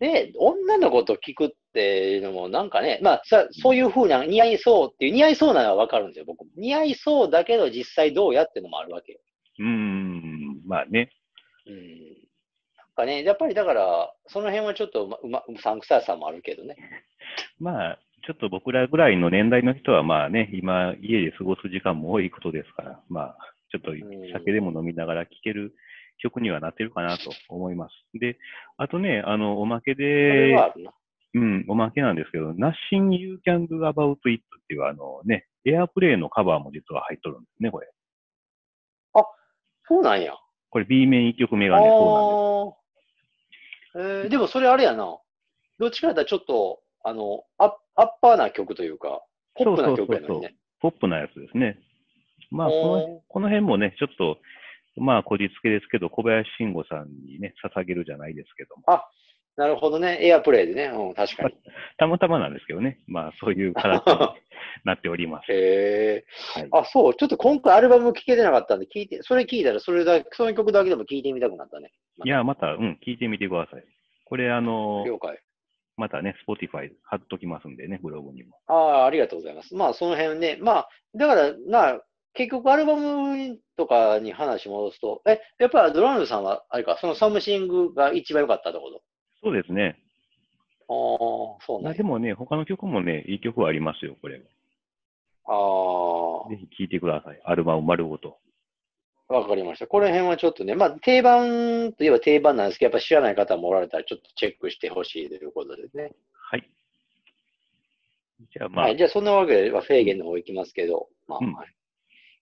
[SPEAKER 2] で、女の子と聞くっていうのも、なんかね、まあさ、そういうふうな、似合いそうっていう、似合いそうなのはわかるんですよ、僕も。似合いそうだけど、実際どうやってのもあるわけよ。
[SPEAKER 1] うーん、まあね。
[SPEAKER 2] うん。なんかね、やっぱりだから、その辺はちょっとうま、うま、うさんくささもあるけどね。
[SPEAKER 1] まあ、ちょっと僕らぐらいの年代の人はまあね、今、家で過ごす時間も多いことですから、まあ、ちょっと
[SPEAKER 2] ん
[SPEAKER 1] 酒でも飲みながら聴ける曲にはなってるかなと思います。で、あとね、あの、おまけ
[SPEAKER 2] それ
[SPEAKER 1] で、
[SPEAKER 2] はあるな。
[SPEAKER 1] うん、おまけなんですけど、Nothing You Can Do About It っていうあのね、エアプレイのカバーも実は入っとるんですね、これ。
[SPEAKER 2] そうなんや。
[SPEAKER 1] これ B 面1曲目
[SPEAKER 2] あ
[SPEAKER 1] がね、そ
[SPEAKER 2] あーえーでもそれあれやな。どっちかやったらちょっと、あの、アッアッパーな曲というか、ポップな曲やの
[SPEAKER 1] う
[SPEAKER 2] にね。
[SPEAKER 1] なんです。ポップなやつですね。まあ、この
[SPEAKER 2] おー
[SPEAKER 1] この辺もね、ちょっと、まあ、こじつけですけど、小林慎吾さんにね、捧げるじゃないですけども、
[SPEAKER 2] なるほどね。エアプレイでね。うん、確かに。
[SPEAKER 1] たまたまなんですけどね、まあ、そういう形になっており ます。
[SPEAKER 2] へえ、
[SPEAKER 1] はい
[SPEAKER 2] あ、そう。ちょっと今回アルバム聴けてなかったんで、聞いて、それ聞いたら、それだけ、その曲だけでも聴いてみたくなったね。
[SPEAKER 1] いや、また、うん、聞いてみてください。これ、あの、
[SPEAKER 2] 了解。
[SPEAKER 1] またね、Spotify 貼っときますんでね、ブログにも。
[SPEAKER 2] ああ、ありがとうございます。まあ、その辺ね。まあ、だから、まあ、結局アルバムとかに話戻すと、え、やっぱりドラムさんは、あれか、そのサムシングが一番良かったってこと
[SPEAKER 1] そうですね。
[SPEAKER 2] ああ、そう
[SPEAKER 1] ま
[SPEAKER 2] な
[SPEAKER 1] あ
[SPEAKER 2] んや
[SPEAKER 1] でもね、他の曲もね、いい曲はありますよ、これ。ぜ
[SPEAKER 2] ああ、
[SPEAKER 1] ひ聴いてください。アルバム丸ごと。
[SPEAKER 2] わかりました。この辺はちょっとね、まあ定番といえば定番なんですけど、やっぱ知らない方もおられたらちょっとチェックしてほしいということですね。
[SPEAKER 1] はい。じゃあ、まあ、
[SPEAKER 2] はい、 じゃあそんなわけで、まあフェーゲンの方行きますけど、まあ、
[SPEAKER 1] うん
[SPEAKER 2] はい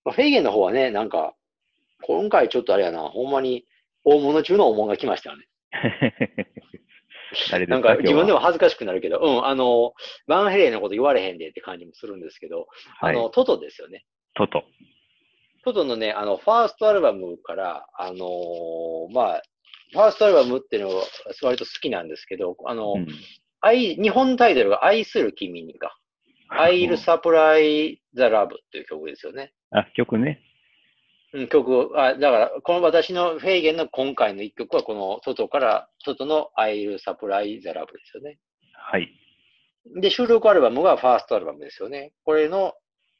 [SPEAKER 2] まあフェーゲンの方はね、なんか、今回ちょっとあれやな、ほんまに大物中の大物が来ましたよね。
[SPEAKER 1] 誰で
[SPEAKER 2] な
[SPEAKER 1] す
[SPEAKER 2] ん
[SPEAKER 1] か
[SPEAKER 2] か自分で
[SPEAKER 1] は
[SPEAKER 2] も恥ずかしくなるけど、うん、あの、バンヘレーのこと言われへんでって感じもするんですけど、
[SPEAKER 1] は
[SPEAKER 2] あの、
[SPEAKER 1] い。
[SPEAKER 2] トトですよね。
[SPEAKER 1] トト。
[SPEAKER 2] トトのね、あの、ファーストアルバムから、あのーまあ、ファーストアルバムっていうのが割と好きなんですけど、あの、
[SPEAKER 1] うん
[SPEAKER 2] 愛、日本タイトルが愛する君にか。I'll Supply the Love っていう曲ですよね。
[SPEAKER 1] あ、曲ね。
[SPEAKER 2] うん、曲を、あ、だから、この私のフェーゲンの今回の一曲は、このトトから、トトの I'll Supply the Love ですよね。
[SPEAKER 1] はい。
[SPEAKER 2] で、収録アルバムがファーストアルバムですよね。これの、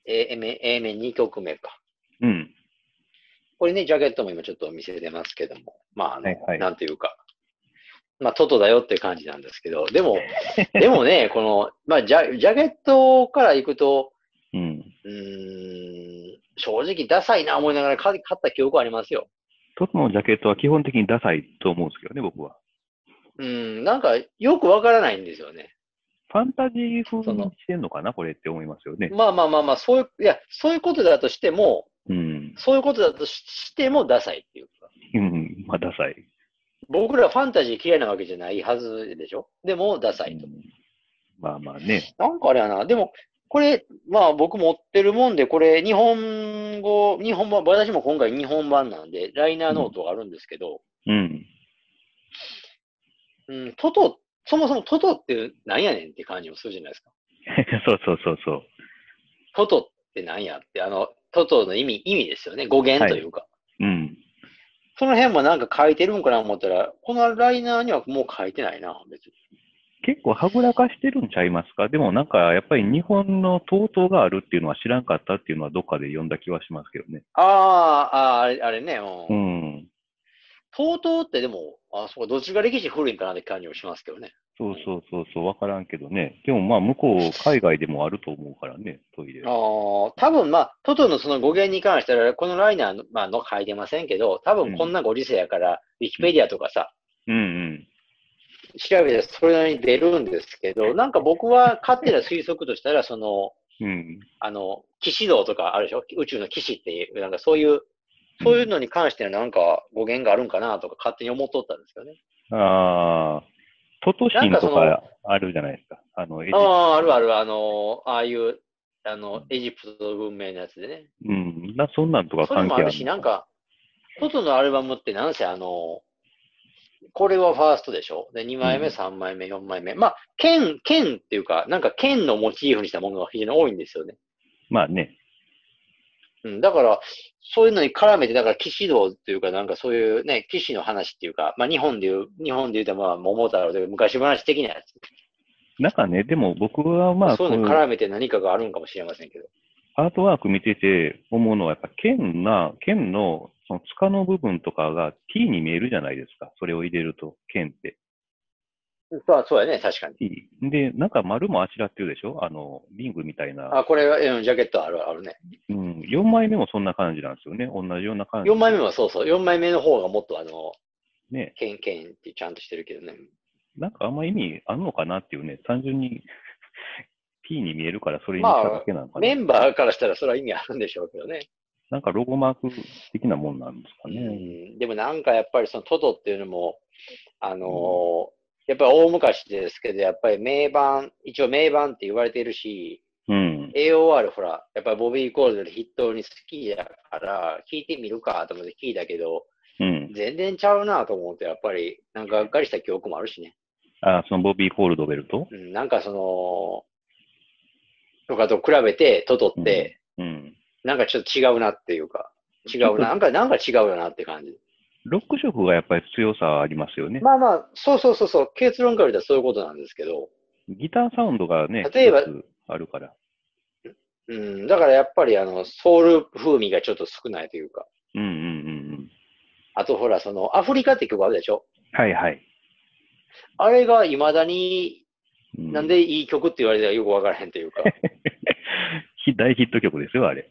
[SPEAKER 2] えー A 面、A 面2曲目か。
[SPEAKER 1] うん。
[SPEAKER 2] これね、ジャケットも今ちょっとお見せ出ますけども、まあ、あの、
[SPEAKER 1] はいはい
[SPEAKER 2] なんていうか、まあ、トトだよって感じなんですけど、 でも、でもね、この、まあ、ジャジャケットから行くと、
[SPEAKER 1] うん。
[SPEAKER 2] うーん、正直ダサいな思いながら買買った記憶はありますよ。
[SPEAKER 1] トトのジャケットは基本的にダサいと思うんですけどね、僕は。
[SPEAKER 2] うん、なんかよくわからないんですよね。
[SPEAKER 1] ファンタジー風
[SPEAKER 2] そ
[SPEAKER 1] に
[SPEAKER 2] の
[SPEAKER 1] してんのかな、これって思いますよね。
[SPEAKER 2] まあまあまあまあ、そういう、いや、そういうことだとしても、
[SPEAKER 1] うん。
[SPEAKER 2] そういうことだとししてもダサいっていうか。
[SPEAKER 1] うん。まあ、ダサい。
[SPEAKER 2] 僕らファンタジー嫌いなわけじゃないはずでしょでも、ダサいと。
[SPEAKER 1] うんまあまあね。
[SPEAKER 2] なんかあれやな。でも、これ、まあ僕持ってるもんで、これ日本語、日本版、私も今回日本版なんで、ライナーノートがあるんですけど、
[SPEAKER 1] うん。
[SPEAKER 2] うん、トト、そもそもトトってなんやねんって感じもするじゃないですか。
[SPEAKER 1] そうそうそうそう。
[SPEAKER 2] トトってなんやって、あの、トトの意味、意味ですよね。語源というか。
[SPEAKER 1] うん。
[SPEAKER 2] その辺もなんか書いてるんかな思ったら、このライナーにはもう書いてないな、別に。
[SPEAKER 1] 結構はぐらかしてるんちゃいますかでもなんかやっぱり日本の TOTO があるっていうのは知らんかったっていうのはどっかで読んだ気はしますけどね。
[SPEAKER 2] ああ、ああ、あれあれね、
[SPEAKER 1] う
[SPEAKER 2] うん。
[SPEAKER 1] ん。
[SPEAKER 2] とうとうってでも、あそうか、どっちが歴史古いんかなって感じもしますけどね。
[SPEAKER 1] そうそうそうそう、わからんけどね。でもまあ向こう、海外でもあると思うからね、トイレ。
[SPEAKER 2] ああ、多分まあ、トトのその語源に関しては、このライナーの,、まあの書いてませんけど、多分こんなご時世やから、ウィキペディアとかさ、
[SPEAKER 1] うんうん。
[SPEAKER 2] 調べてそれなりに出るんですけど、なんか僕は勝手な推測としたら、その、
[SPEAKER 1] うん。
[SPEAKER 2] あの、騎士道とかあるでしょ宇宙の騎士っていう、なんかそういう、そういうのに関してはなんか語源があるんかなとか勝手に思っとったんですよね。
[SPEAKER 1] ああ、トトシンと
[SPEAKER 2] なん
[SPEAKER 1] かあるじゃないですか。あの、エジ
[SPEAKER 2] ああ、あるある、あの、ああいう、あの、エジプトの文明のやつでね。
[SPEAKER 1] うん。な、そんなんとか
[SPEAKER 2] それ
[SPEAKER 1] 関係
[SPEAKER 2] も
[SPEAKER 1] あ
[SPEAKER 2] あ
[SPEAKER 1] る
[SPEAKER 2] るし、なんか、トトのアルバムってなんせあの、これはファーストでしょで、2枚目、
[SPEAKER 1] うん
[SPEAKER 2] 3枚目、4枚目。まあ、剣、剣っていうか、なんか剣のモチーフにしたものが非常に多いんですよね。
[SPEAKER 1] まあね。
[SPEAKER 2] うん、だから、そういうのに絡めて、だから騎士道っていうか、なんかそういうね、騎士の話っていうか、まあ日本でいう、日本で言うとまあ桃太郎という昔話的なやつ。
[SPEAKER 1] なんかね、でも僕はまあ、
[SPEAKER 2] そういうの
[SPEAKER 1] こ
[SPEAKER 2] に
[SPEAKER 1] ういう
[SPEAKER 2] 絡めて何かがあるんかもしれませんけど。
[SPEAKER 1] アートワーク見てて思うのは、やっぱ剣が、剣のその塚の部分とかが T に見えるじゃないですか。それを入れると、剣って。
[SPEAKER 2] そうそうやね、確かに。
[SPEAKER 1] T。で、なんか丸もあしらってるでしょあの、リングみたいな。
[SPEAKER 2] あ、これは、うんジャケットあるあるね。
[SPEAKER 1] うん。4枚目もそんな感じなんですよね。同じような感じ。
[SPEAKER 2] 4枚目はそうそう、4枚目の方がもっとあの、
[SPEAKER 1] ね。
[SPEAKER 2] ケンケンってちゃんとしてるけどね。
[SPEAKER 1] なんかあんま意味あんのかなっていうね、単純に T に見えるからそれにしただけなのかな。
[SPEAKER 2] メンバーからしたらそれは意味あるんでしょうけどね。
[SPEAKER 1] なんかロゴマーク的なもんなんですか
[SPEAKER 2] う
[SPEAKER 1] ね。
[SPEAKER 2] ん、でもなんかやっぱりそのトトっていうのも、あのーやっぱり大昔ですけど、やっぱり名盤、一応名盤って言われてるし、
[SPEAKER 1] うん。
[SPEAKER 2] AOR ほら、やっぱりボビー・コールドで筆頭に好きやから、聞いてみるかと思って聞いたけど、
[SPEAKER 1] うん。
[SPEAKER 2] 全然ちゃうなと思って、やっぱり、なんかがっかりした記憶もあるしね。
[SPEAKER 1] あ、そのボビー・コールドベルト
[SPEAKER 2] うん、なんかその、とかと比べて、トトって、
[SPEAKER 1] うん。
[SPEAKER 2] なんかちょっと違うなっていうか、違
[SPEAKER 1] ょっ
[SPEAKER 2] う
[SPEAKER 1] と
[SPEAKER 2] な、なんか、なんか違うよなって感じ。
[SPEAKER 1] ロック色がやっぱり強さありますよね。
[SPEAKER 2] まあまあ、そうそうそうそう、結論から言ったらそういうことなんですけど、
[SPEAKER 1] ギターサウンドがね、
[SPEAKER 2] 例えば
[SPEAKER 1] 一つあるから。
[SPEAKER 2] うん、だからやっぱりあの、ソウル風味がちょっと少ないというか、
[SPEAKER 1] うんうんうんうん。
[SPEAKER 2] あとほら、その、アフリカって曲あるでしょ
[SPEAKER 1] はいはい。
[SPEAKER 2] あれが未だに、
[SPEAKER 1] う
[SPEAKER 2] なんでいい曲って言われたらよくわからへんと いうか、
[SPEAKER 1] ひ大ヒット曲ですよ、あれ。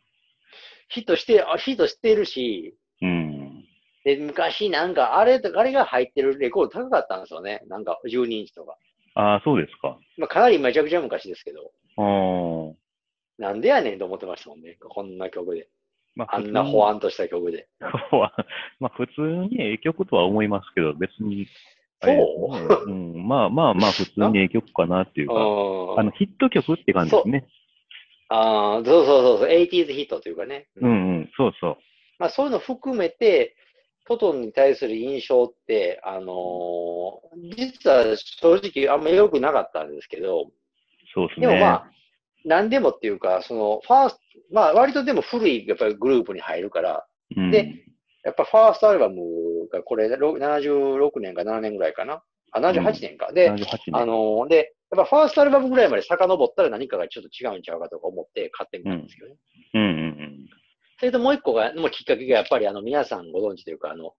[SPEAKER 2] ヒットして、あヒットしてるし、
[SPEAKER 1] うん。
[SPEAKER 2] で、昔なんか、あれ、あれが入ってるレコード高かったんですよね。なんか、12インチとか。
[SPEAKER 1] ああ、そうですか。
[SPEAKER 2] まあ、かなりめちゃくちゃ昔ですけど、
[SPEAKER 1] ああ。
[SPEAKER 2] なんでやねんと思ってましたもんね。こんな曲で。
[SPEAKER 1] ま
[SPEAKER 2] あ
[SPEAKER 1] 普通
[SPEAKER 2] ん
[SPEAKER 1] に
[SPEAKER 2] なほわんとした曲で。
[SPEAKER 1] は、まあ普通にええ曲とは思いますけど、別に、あれですねうん、まあまあまあ普通にええ曲かなっていう
[SPEAKER 2] う
[SPEAKER 1] か、あ
[SPEAKER 2] ん。
[SPEAKER 1] のヒット曲って感じですね。
[SPEAKER 2] ああ、そうそうそうそう、80s ヒットというかね。
[SPEAKER 1] う。んうん、そうそう。
[SPEAKER 2] まあそういうの含めて、トトンに対する印象って、あのー実は正直あんま良くなかったんですけど、
[SPEAKER 1] そうですね。
[SPEAKER 2] でもまあ、何でもっていうか、その、ファースト、まあ割とでも古いやっぱりグループに入るから、
[SPEAKER 1] うん、
[SPEAKER 2] でやっぱファーストアルバムがこれろ76年か7年ぐらいかな。あ、78年か。で、
[SPEAKER 1] 78年。
[SPEAKER 2] あのーで、やっぱファーストアルバムぐらいまで遡ったら何かがちょっと違うんちゃうかとか思って買ってみたんですけどね。
[SPEAKER 1] うんうん
[SPEAKER 2] それともう一個が、もうきっかけがやっぱりあの皆さんご存知というか、あの、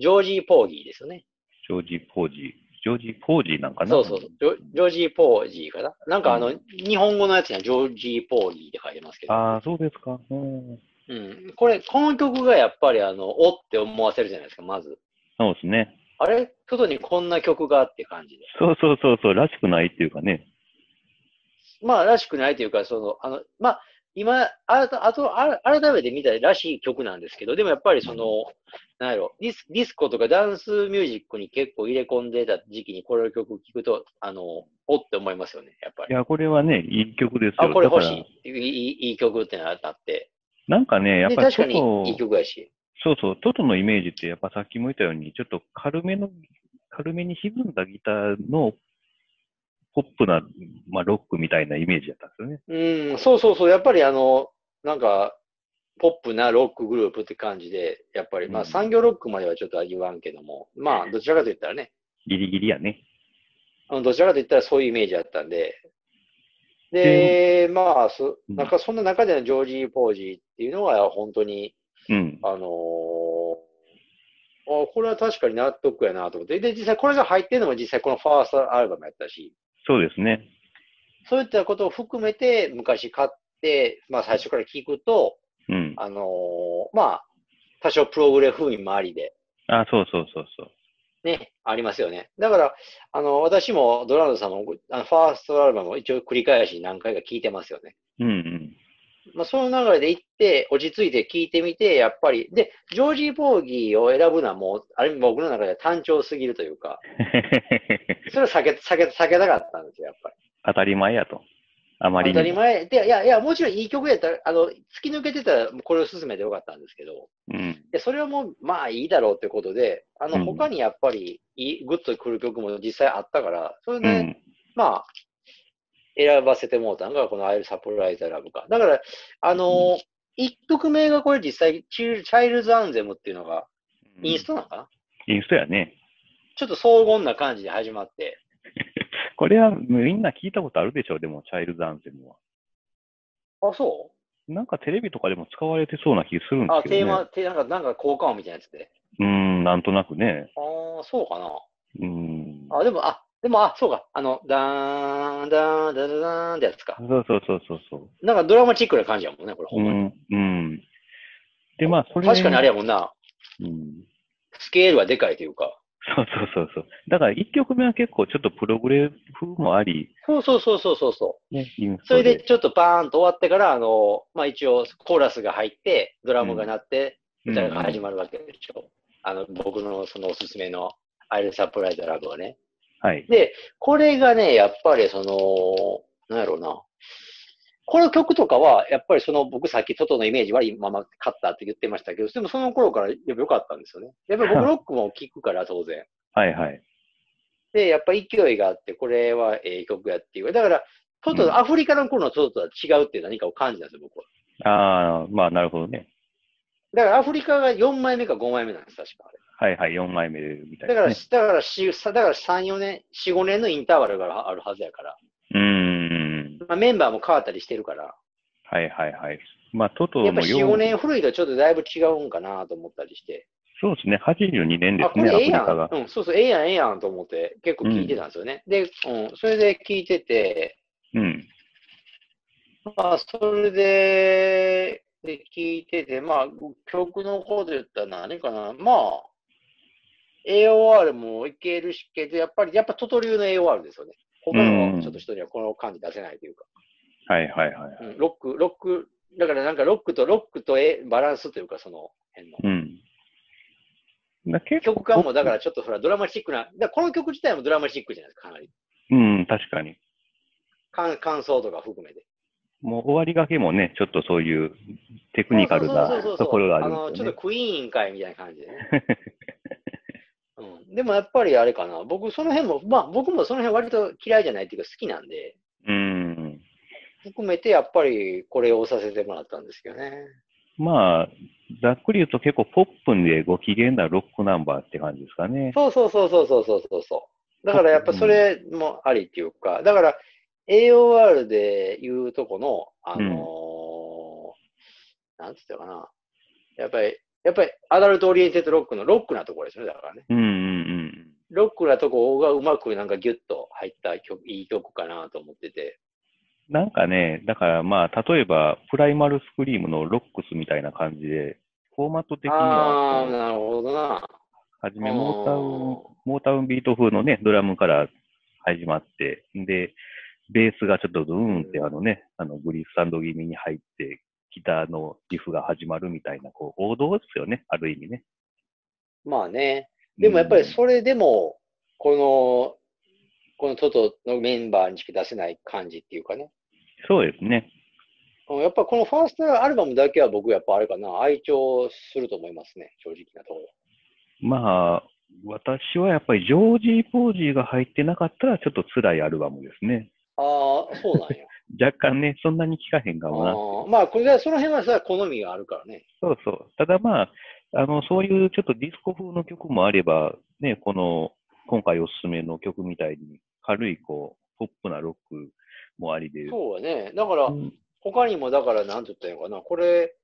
[SPEAKER 2] ジョージー・ポーギーですよね。
[SPEAKER 1] うん。ジョージ・ポージー。ジョージ・ポージーなんかな
[SPEAKER 2] そうそうそう。ジョジョージー・ポーギーかな。なんかあの、
[SPEAKER 1] うん
[SPEAKER 2] 日本語のやつにはジョージー・ポーギーって書いてますけど。
[SPEAKER 1] ああ、そうですか。うん、
[SPEAKER 2] うん。これ、この曲がやっぱりあの、おって思わせるじゃないですか、まず。
[SPEAKER 1] そうですね。
[SPEAKER 2] あれ外にこんな曲があって感じで。
[SPEAKER 1] そうそうそうそう、らしくないっていうかね。
[SPEAKER 2] まあ、らしくないというか、その、あの、まあ、今、あと、あと、あ改めて見たらしい曲なんですけど、でもやっぱりその、なんやろ、ディスディスコとかダンスミュージックに結構入れ込んでた時期にこれの曲聴くと、あの、おって思いますよね、やっぱ
[SPEAKER 1] い
[SPEAKER 2] り。
[SPEAKER 1] や、これはね、いい曲ですよ。
[SPEAKER 2] あ、これ欲し
[SPEAKER 1] だから
[SPEAKER 2] い。いいいいいい曲ってなって。
[SPEAKER 1] なんかね、やっ
[SPEAKER 2] で、
[SPEAKER 1] ぱり
[SPEAKER 2] 確
[SPEAKER 1] ちょ
[SPEAKER 2] か
[SPEAKER 1] っと
[SPEAKER 2] にいい曲やし。
[SPEAKER 1] そうそう、トトのイメージって、やっぱさっきも言ったように、ちょっと軽めの、軽めに歪んだギターのポップな、まあ、ロックみたいなイメージだったんですよね。
[SPEAKER 2] うん、そうそうそう、やっぱりあの、なんか、ポップなロックグループって感じで、やっぱり、ま
[SPEAKER 1] う
[SPEAKER 2] あ
[SPEAKER 1] ん
[SPEAKER 2] 産業ロックまではちょっとは言わんけども、まあ、どちらかと言ったらね、
[SPEAKER 1] ギリギリやね。
[SPEAKER 2] あのどちらかと言ったらそういうイメージだったんで、で、まあ、そ
[SPEAKER 1] うん
[SPEAKER 2] なんかそんな中でのジョージー・ポージーっていうのが本当に、
[SPEAKER 1] うん。
[SPEAKER 2] あのーあこれは確かに納得やなと思って、で、実際これが入ってるのも実際このファーストアルバムやったし、
[SPEAKER 1] そうですね。
[SPEAKER 2] そういったことを含めて昔買って、まあ最初から聞くと、
[SPEAKER 1] うん。
[SPEAKER 2] あのーまあ、多少プログレ風味もありで、
[SPEAKER 1] あ、そうそうそうそう。
[SPEAKER 2] ね、ありますよね。だから、あの、私もドランドさんも、あのファーストアルバムを一応繰り返し何回か聴いてますよね。
[SPEAKER 1] うんうん。
[SPEAKER 2] まあ、その流れで行って、落ち着いて聴いてみて、やっぱり、で、ジョージー・ポーギーを選ぶのはもう、ある意味僕の中では単調すぎるというか、それは避け、避け、避けたかったんですよ、やっぱり。
[SPEAKER 1] 当たり前やと。あまりに
[SPEAKER 2] 当たり
[SPEAKER 1] も。
[SPEAKER 2] 前で、いやいや、もちろんいい曲やったら、あの、突き抜けてたら、これを進めてよかったんですけど、
[SPEAKER 1] うん。
[SPEAKER 2] でそれはもう、まあいいだろうってことで、あ
[SPEAKER 1] うん
[SPEAKER 2] の、他にやっぱり、いい、グッとくる曲も実際あったから、それ
[SPEAKER 1] う
[SPEAKER 2] で、
[SPEAKER 1] ん。
[SPEAKER 2] まあ、選ばせてもうたんが、この I'll Surprise I Love か。だから、あの、一曲目がこれ実際、チルチャイルズ・アンゼムっていうのが、インストなのかな、
[SPEAKER 1] インストやね。
[SPEAKER 2] ちょっと荘厳な感じで始まって、
[SPEAKER 1] これはみんな聞いたことあるでしょう、でも、チャイルズアンセムは。
[SPEAKER 2] あ、そ
[SPEAKER 1] なんかテレビとかでも使われてそうな気するん
[SPEAKER 2] う
[SPEAKER 1] で
[SPEAKER 2] あ、
[SPEAKER 1] すけ
[SPEAKER 2] テー
[SPEAKER 1] ど、ね。
[SPEAKER 2] マ、テなんか、なんか効果音みたいなやつで。
[SPEAKER 1] うん、なんとなくね。
[SPEAKER 2] ああ、そうかな。
[SPEAKER 1] うん。
[SPEAKER 2] あ、でも、あ、でも、あ、そうか。あの、ダーン、ダーン、ダーン、ダーンってやつか。
[SPEAKER 1] そうそうそうそうそ
[SPEAKER 2] なんかドラマチックな感じやもんね、こ
[SPEAKER 1] う。
[SPEAKER 2] れ、ほ
[SPEAKER 1] うん
[SPEAKER 2] まに。
[SPEAKER 1] ん。うん。で、まあ、それ
[SPEAKER 2] 確かにあれ
[SPEAKER 1] や。
[SPEAKER 2] やもんな、
[SPEAKER 1] うん。
[SPEAKER 2] スケールはでかいというか。
[SPEAKER 1] そうそうそうそう。だから1曲目は結構ちょっとプログレ風もあり、
[SPEAKER 2] そうそうそうそうそうそう。
[SPEAKER 1] ね、インス
[SPEAKER 2] そ
[SPEAKER 1] ト
[SPEAKER 2] れでちょっとバーンと終わってから、あの、まあ、一応コーラスが入って、ドラムが鳴って、
[SPEAKER 1] うん
[SPEAKER 2] 歌が始まるわけでしょ。あの、僕のそのおすすめの、アイルサプライズラブはね。
[SPEAKER 1] はい。
[SPEAKER 2] で、これがね、やっぱりその、なんやろうな。この曲とかは、やっぱりその、僕さっきトトのイメージ悪いまま勝ったって言ってましたけど、でもその頃から良かったんですよね。やっぱり僕ロックも聴くから、当然。
[SPEAKER 1] はいはい。
[SPEAKER 2] で、やっぱ勢いがあって、これはええ曲やっていう。だから、トト、
[SPEAKER 1] うん
[SPEAKER 2] アフリカの頃のトトとは違うって何かを感じたんですよ、僕は。
[SPEAKER 1] ああ、まあなるほどね。
[SPEAKER 2] だからアフリカが4枚目か5枚目なんです、確かあれ。
[SPEAKER 1] はいはい、4枚目みたい
[SPEAKER 2] だか
[SPEAKER 1] な、
[SPEAKER 2] ら、
[SPEAKER 1] ね。
[SPEAKER 2] だから、しだから3、4年、4、5年のインターバルがあるはずやから。
[SPEAKER 1] うーん。
[SPEAKER 2] まあ、メンバーも変わったりしてるから。
[SPEAKER 1] はいはいはい。まあ、トト
[SPEAKER 2] やっぱ
[SPEAKER 1] の
[SPEAKER 2] 4、5年古いとちょっとだいぶ違うんかなと思ったりして。
[SPEAKER 1] そうですね、82年で
[SPEAKER 2] あ、
[SPEAKER 1] す
[SPEAKER 2] こ
[SPEAKER 1] ね、
[SPEAKER 2] れ
[SPEAKER 1] アフ
[SPEAKER 2] ええ
[SPEAKER 1] リ
[SPEAKER 2] や
[SPEAKER 1] カ
[SPEAKER 2] ん
[SPEAKER 1] が。。
[SPEAKER 2] うん、そうそう、ええやん、ええやんと思って、結構聞いてたんですよね。で、うん、それで聞いてて、
[SPEAKER 1] うん。
[SPEAKER 2] まあ、それで、で、聞いてて、まあ、曲の方で言ったら何かな、まあ、AOR もいけるしけど、やっぱり、やっぱトト流の AOR ですよね。他
[SPEAKER 1] うん
[SPEAKER 2] のちょっと人にはこの感じ出せないというか、
[SPEAKER 1] はいはいはい。
[SPEAKER 2] うん、ロック、ロック、だからなんかロックとロックとえバランスというか、その辺の。
[SPEAKER 1] うん。だ結構
[SPEAKER 2] 曲感も、だからちょっとほら、ドラマチックな、だからこの曲自体もドラマチックじゃないですか、かなり。
[SPEAKER 1] うん、確かに。
[SPEAKER 2] 感感想とか含めて。
[SPEAKER 1] もう終わりがけもね、ちょっとそういうテクニカル
[SPEAKER 2] そうそうそうそう
[SPEAKER 1] なところがある
[SPEAKER 2] の
[SPEAKER 1] んで
[SPEAKER 2] ち
[SPEAKER 1] す
[SPEAKER 2] ょ
[SPEAKER 1] よ
[SPEAKER 2] っ
[SPEAKER 1] ね
[SPEAKER 2] と。クイーン会みたいな感じでね。うん、でもやっぱりあれかな、僕、その辺も、まあ、僕もその辺割と嫌いじゃないっていうか、好きなんで、
[SPEAKER 1] うん。
[SPEAKER 2] 含めてやっぱりこれをさせてもらったんですけどね。
[SPEAKER 1] まあ、ざっくり言うと結構ポップでご機嫌なロックナンバーって感じですかね。
[SPEAKER 2] そうそうそうそうそうそうそうそう。だからやっぱそれもありっていうか、だから AOR でいうとこの、あのーなんつったかな。やっぱり、やっぱりアダルトオリエンテッドロックのロックなところですよね、だからね。
[SPEAKER 1] うんうん
[SPEAKER 2] ロックなとこがうまくなんかギュッと入った曲、いい曲かなと思ってて。
[SPEAKER 1] うん。なんかね、だからまあ、例えば、プライマルスクリームのロックスみたいな感じで、フォーマット的に
[SPEAKER 2] ああ
[SPEAKER 1] は、
[SPEAKER 2] ー、なるほどな。
[SPEAKER 1] はじめモータウン、モータウンビート風のね、ドラムから始まって、で、ベースがちょっとドゥーンってあのね、あのグリッサンド気味に入って、ギターのリフが始まるみたいな、こう、王道ですよね、ある意味ね。
[SPEAKER 2] まあね。でもやっぱり
[SPEAKER 1] れ、
[SPEAKER 2] それでも、この、このトトのメンバーにしか出せない感じっていうかね。
[SPEAKER 1] そうですね。
[SPEAKER 2] うんやっぱこのファーストアルバムだけは僕やっぱあれかな、愛聴すると思いますね、正直なところ。
[SPEAKER 1] まあ、私はやっぱりジョージー・ポージーが入ってなかったらちょっと辛いアルバムですね。
[SPEAKER 2] ああ、そうなん や。
[SPEAKER 1] 若干ね、そんなに聴かへんか
[SPEAKER 2] あ
[SPEAKER 1] もな。
[SPEAKER 2] ーまあ、これが、その辺はさ、好みがあるからね。
[SPEAKER 1] そうそう。ただまあ、あの、そういうちょっとディスコ風の曲もあれば、ね、この、今回おすすめの曲みたいに、軽いこう、ポップなロックもありで。
[SPEAKER 2] そうはね。だから、
[SPEAKER 1] うん
[SPEAKER 2] 他にも、だから、なんて言ったらいいのかな、これ、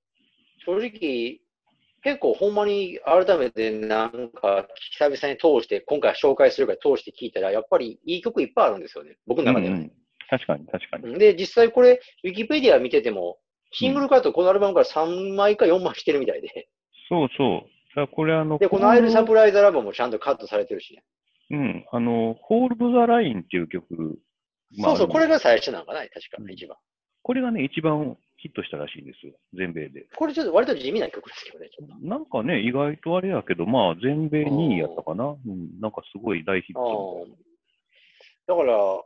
[SPEAKER 2] 正直、結構ほんまに改めてなんか、久々に通して、今回紹介するから通して聞いたら、やっぱりいい曲いっぱいあるんですよね、僕の中では
[SPEAKER 1] う
[SPEAKER 2] ね。
[SPEAKER 1] ん確かに、確かに。
[SPEAKER 2] で、実際これ、ウィキペディア見てても、シングルカット、このアルバムから3枚か4枚してるみたいで。
[SPEAKER 1] そうそう。だからこれあの、
[SPEAKER 2] で、このアイルサプライズラボもちゃんとカットされてるしね。
[SPEAKER 1] うん、あの、ホールド・ザ・ラインっていう曲、ま
[SPEAKER 2] そ
[SPEAKER 1] あ
[SPEAKER 2] うそう、
[SPEAKER 1] あの
[SPEAKER 2] これが最初なのかな、確か、
[SPEAKER 1] うん
[SPEAKER 2] 一番。
[SPEAKER 1] これがね、一番ヒットしたらしいんですよ。全米で。
[SPEAKER 2] これちょっと割と地味な曲ですけどね、ちょっと。
[SPEAKER 1] なんかね、意外とあれやけど、まあ、全米2位やったかな。うん、なんかすごい大ヒットみたい。
[SPEAKER 2] うんだから、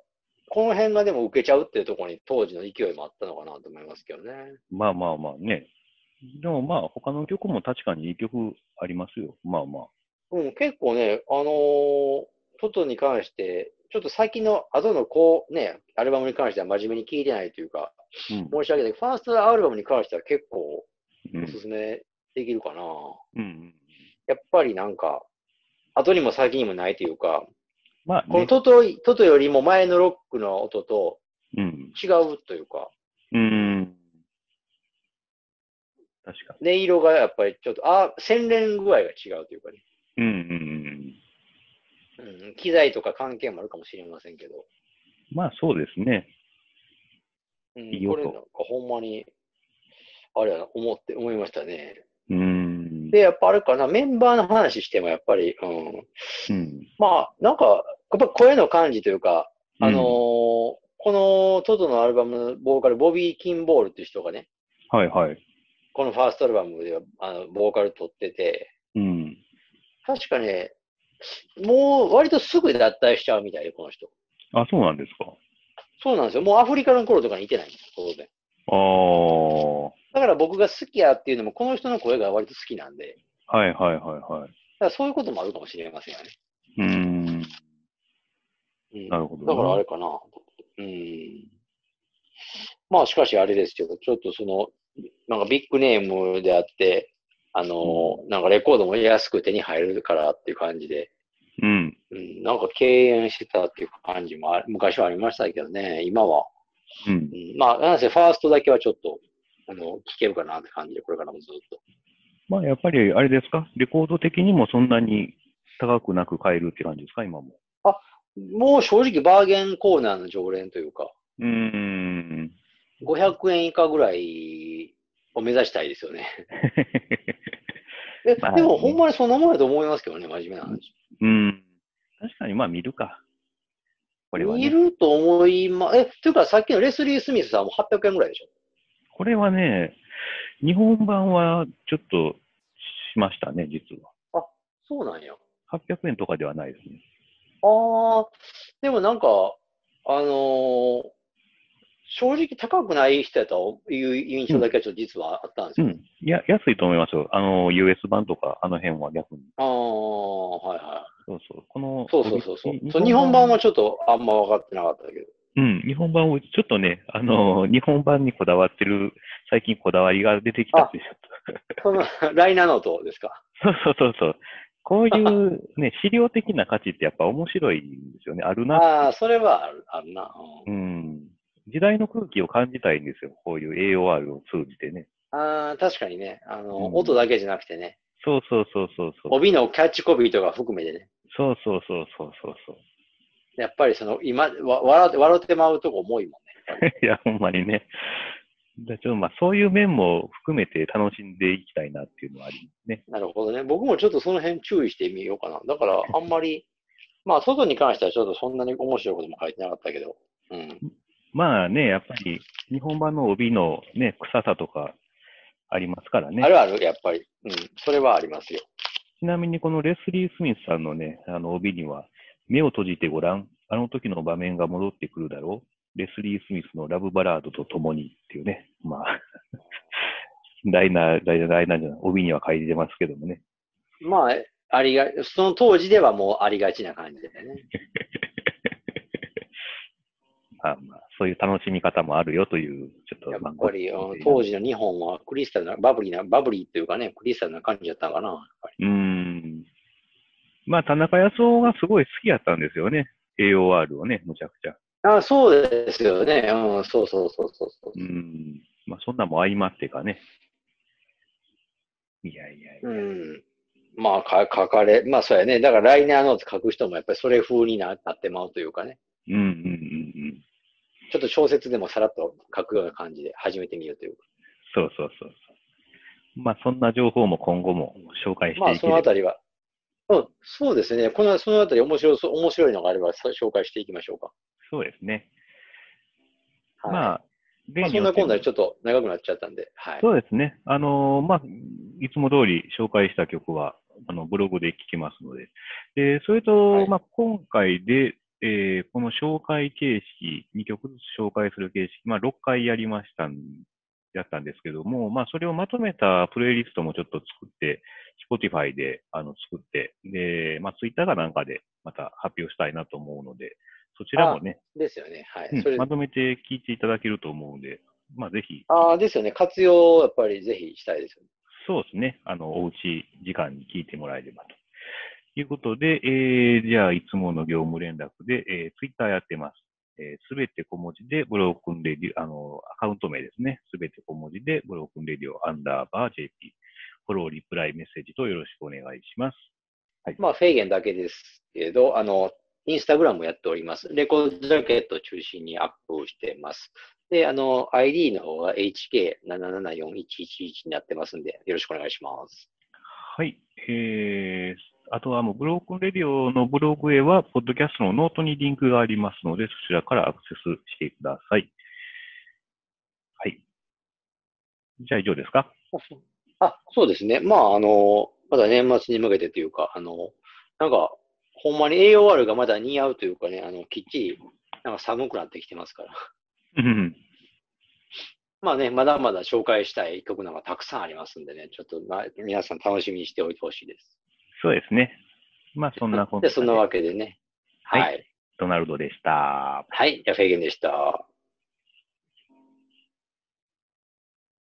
[SPEAKER 2] この辺がでも受けちゃうっていうところに当時の勢いもあったのかなと思いますけどね。
[SPEAKER 1] まあまあまあね。でもまあ、他の曲も確かにいい曲ありますよ。まあまあ。
[SPEAKER 2] うん、結構ね、あのートトに関して、ちょっと先の後のこうね、アルバムに関しては真面目に聞いてないというか、
[SPEAKER 1] うん。
[SPEAKER 2] 申し訳ない。ファーストアルバムに関しては結構
[SPEAKER 1] う
[SPEAKER 2] お
[SPEAKER 1] ん
[SPEAKER 2] すすめできるかな。
[SPEAKER 1] うん。
[SPEAKER 2] やっぱりなんか、後にも先にもないというか、
[SPEAKER 1] まあ
[SPEAKER 2] この
[SPEAKER 1] ね。
[SPEAKER 2] トト,、トトよりも前のロックの音と
[SPEAKER 1] うん。
[SPEAKER 2] 違うというか、
[SPEAKER 1] うん。確か
[SPEAKER 2] 音色がやっぱりちょっと、あ、洗練具合が違うというかね。
[SPEAKER 1] に。うんうんうん。
[SPEAKER 2] うん、機材とか関係もあるかもしれませんけど、
[SPEAKER 1] まあそうですね。
[SPEAKER 2] うん、
[SPEAKER 1] いい
[SPEAKER 2] こ
[SPEAKER 1] 音
[SPEAKER 2] れなんかほんまに、あれやな、思って、思いましたね。
[SPEAKER 1] うん。
[SPEAKER 2] で、やっぱあれかな、メンバーの話してもやっぱり、うん、
[SPEAKER 1] うん。
[SPEAKER 2] まあ、なんか、やっぱ声の感じというか、あのーこのトトのアルバムのボーカル、ボビー・キンボールっていう人がね、
[SPEAKER 1] うん、はいはい。
[SPEAKER 2] このファーストアルバムではあのボーカル取ってて、
[SPEAKER 1] うん。
[SPEAKER 2] 確かね、もう割とすぐ脱退しちゃうみたいで、この人。
[SPEAKER 1] あ、そうなんですか。
[SPEAKER 2] そうなんですよ。もうアフリカの頃とかにいてないんです当然。
[SPEAKER 1] ああ。は
[SPEAKER 2] だから僕が好きやっていうのも、この人の声が割と好きなんで、
[SPEAKER 1] いはいはいは
[SPEAKER 2] だからそういうこともあるかもしれませんよね。
[SPEAKER 1] い。うん。
[SPEAKER 2] うん
[SPEAKER 1] なるほどな
[SPEAKER 2] だからあれかな。うん。まあ、しかしあれですけど、ちょっとその、なんかビッグネームであって、あの、なんかレコードも安く手に入るからっていう感じで、
[SPEAKER 1] うん。
[SPEAKER 2] うん、なんか敬遠してたっていう感じもあ昔はありましたけどね、今は。
[SPEAKER 1] うん
[SPEAKER 2] う。ん、まあ、なんせファーストだけはちょっと、あの、聞けるかなって感じで、これからもずっと。
[SPEAKER 1] まあやっぱりあれですか、レコード的にもそんなに高くなく買えるって感じですか、今も。
[SPEAKER 2] もう正直バーゲンコーナーの常連というか、
[SPEAKER 1] うーん。
[SPEAKER 2] 500円以下ぐらいを目指したいです よね。え、
[SPEAKER 1] まあ
[SPEAKER 2] でもほんまにそんなもんやと思いますけどね、真面目な話。
[SPEAKER 1] うん。確かにまあ見るか。これは
[SPEAKER 2] 見
[SPEAKER 1] ね。
[SPEAKER 2] ると思いま、え、というかさっきのレスリー・スミスさんも800円ぐらいでしょ
[SPEAKER 1] これはね、日本版はちょっとしましたね、実は。
[SPEAKER 2] そうなんや。あ
[SPEAKER 1] 800円とかではないですね。
[SPEAKER 2] あ、でもなんか、あのー正直高くない人やという印象だけはちょっと実はあったんです
[SPEAKER 1] う
[SPEAKER 2] よ。
[SPEAKER 1] ん。いや、安いと思いますよ。あの、US 版とか、あの辺は逆に。
[SPEAKER 2] ああ、はいは
[SPEAKER 1] そうそう。この
[SPEAKER 2] い。、そうそうそうそう。そう日本版はちょっとあんま分かってなかったけど。
[SPEAKER 1] うん、日本版を、ちょっとね、あの、日本版にこだわってる、最近こだわりが出てきたってちょっと。
[SPEAKER 2] そのライナーノートですか。
[SPEAKER 1] そうそうそうそう。こういうね、資料的な価値ってやっぱ面白いんですよね。あるな。
[SPEAKER 2] ああ、それはあるあるな。うん
[SPEAKER 1] うん。時代の空気を感じたいんですよ。こういう AOR を通じてね。
[SPEAKER 2] ああ、確かにね。あの、
[SPEAKER 1] うん
[SPEAKER 2] 音だけじゃなくてね。
[SPEAKER 1] そうそうそうそうそう。
[SPEAKER 2] 帯のキャッチコピーとか含めてね。
[SPEAKER 1] そうそうそうそうそうそう。
[SPEAKER 2] やっぱりその、今、わ笑って、笑ってまうとこ重いもんね。
[SPEAKER 1] いや、ほんまにね。だちょっとまあ、そういう面も含めて楽しんでいきたいなっていうのはありますね。
[SPEAKER 2] なるほどね。僕もちょっとその辺注意してみようかな。だから、あんまり、まあ、外に関してはちょっとそんなに面白いことも書いてなかったけど。うん。
[SPEAKER 1] まあね、やっぱり日本版の帯のね、臭さとかありますからね。
[SPEAKER 2] あるある、やっぱり。うん。それはありますよ。
[SPEAKER 1] ちなみにこのレスリー・スミスさんのね、あの帯には、目を閉じてごらん、あの時の場面が戻ってくるだろう、レスリー・スミスのラブバラードと共にっていうね、まあ、 ライナー、ライナー、ライナーじゃない、帯には書いてますけどもね。
[SPEAKER 2] まあ、ありが、その当時ではもうありがちな感じでね。
[SPEAKER 1] まあまあ、そういう楽しみ方もあるよという、ちょっ
[SPEAKER 2] や
[SPEAKER 1] と、まあ
[SPEAKER 2] っぱり、
[SPEAKER 1] ご意
[SPEAKER 2] うん
[SPEAKER 1] 見
[SPEAKER 2] 当時の日本はクリスタルな、バブリーな、バブリーっていうかね、クリスタルな感じだったのかな。やっぱり
[SPEAKER 1] うーん。まあ、田中康夫がすごい好きやったんですよね。AOR をね、むちゃくちゃ。
[SPEAKER 2] あそうですよね。うん、そうそうそうそうそう。
[SPEAKER 1] うん。まあ、そんなんも相まってかね。いやいやいや。
[SPEAKER 2] うん。まあ、か書かれ、まあそうやね。だからライナーノート書く人もやっぱりそれ風にななってまうというかね。
[SPEAKER 1] うんうんうんうん。
[SPEAKER 2] ちょっと小説でもさらっと書くような感じで始めてみるというか。
[SPEAKER 1] そうそうそうそう。まあ、そんな情報も今後も紹介し
[SPEAKER 2] ま
[SPEAKER 1] て
[SPEAKER 2] あ
[SPEAKER 1] い
[SPEAKER 2] そ
[SPEAKER 1] け
[SPEAKER 2] の
[SPEAKER 1] れ
[SPEAKER 2] あ
[SPEAKER 1] ば。
[SPEAKER 2] たりは。うん、そうですね。この、そのあたり面白そう、面白いのがあればさ紹介していきましょうか。
[SPEAKER 1] そうですね。
[SPEAKER 2] はい、
[SPEAKER 1] まあ、
[SPEAKER 2] ま
[SPEAKER 1] 例
[SPEAKER 2] あ
[SPEAKER 1] に
[SPEAKER 2] そん
[SPEAKER 1] よ
[SPEAKER 2] な
[SPEAKER 1] って
[SPEAKER 2] 今度はちょっと長くなっちゃったんで。はい。
[SPEAKER 1] そうですね。あのーまあ、いつも通り紹介した曲は、あの、ブログで聴きますので。で、それと、
[SPEAKER 2] はい
[SPEAKER 1] まあ、今回で、えーこの紹介形式、2曲ずつ紹介する形式、まあ、6回やりましたん、やったんですけども、まあ、それをまとめたプレイリストもちょっと作って、Spotify であの作って、で、まあ、Twitter かなんかでまた発表したいなと思うので、そちらもね、
[SPEAKER 2] ですよね。はい。
[SPEAKER 1] うん
[SPEAKER 2] それ、
[SPEAKER 1] まとめて聞いていただけると思うので、まあ、ぜひ、
[SPEAKER 2] ああ、ですよね。活用をやっぱりぜひしたいですよね。
[SPEAKER 1] そうですね。あの、おうち時間に聞いてもらえればと。いうことで、えー、じゃあ、いつもの業務連絡で、えー、ツイッターやってます。えー、すべて小文字で、ブロークンレディオ、あの、アカウント名ですね。すべて小文字で、ブロークンレディオアンダーバー JP。フォロー、リプライ、メッセージとよろしくお願いします。はい。
[SPEAKER 2] まあ、フェーゲンだけですけど、あの、インスタグラムもやっております。レコードジャケットを中心にアップしてます。で、あの、ID の方が HK774111 になってますんで、よろしくお願いします。
[SPEAKER 1] はい。えー、あとはもう、ブロークンレディオのブログへは、ポッドキャストのノートにリンクがありますので、そちらからアクセスしてください。はい。じゃあ、以上ですか
[SPEAKER 2] あ、そうですね。まあ、あの、まだ年末に向けてというか、あの、なんか、ほんまに AOR がまだ似合うというかね、あの、きっちり、なんか寒くなってきてますから。
[SPEAKER 1] うん。
[SPEAKER 2] まあね、まだまだ紹介したい曲なんかたくさんありますんでね、ちょっとな皆さん楽しみにしておいてほしいです。
[SPEAKER 1] そうですね。まあ、そんなこんな
[SPEAKER 2] で、そんなわけでね。
[SPEAKER 1] はい
[SPEAKER 2] はい。
[SPEAKER 1] ドナルドでした。
[SPEAKER 2] はい、じゃあフェーゲンでした。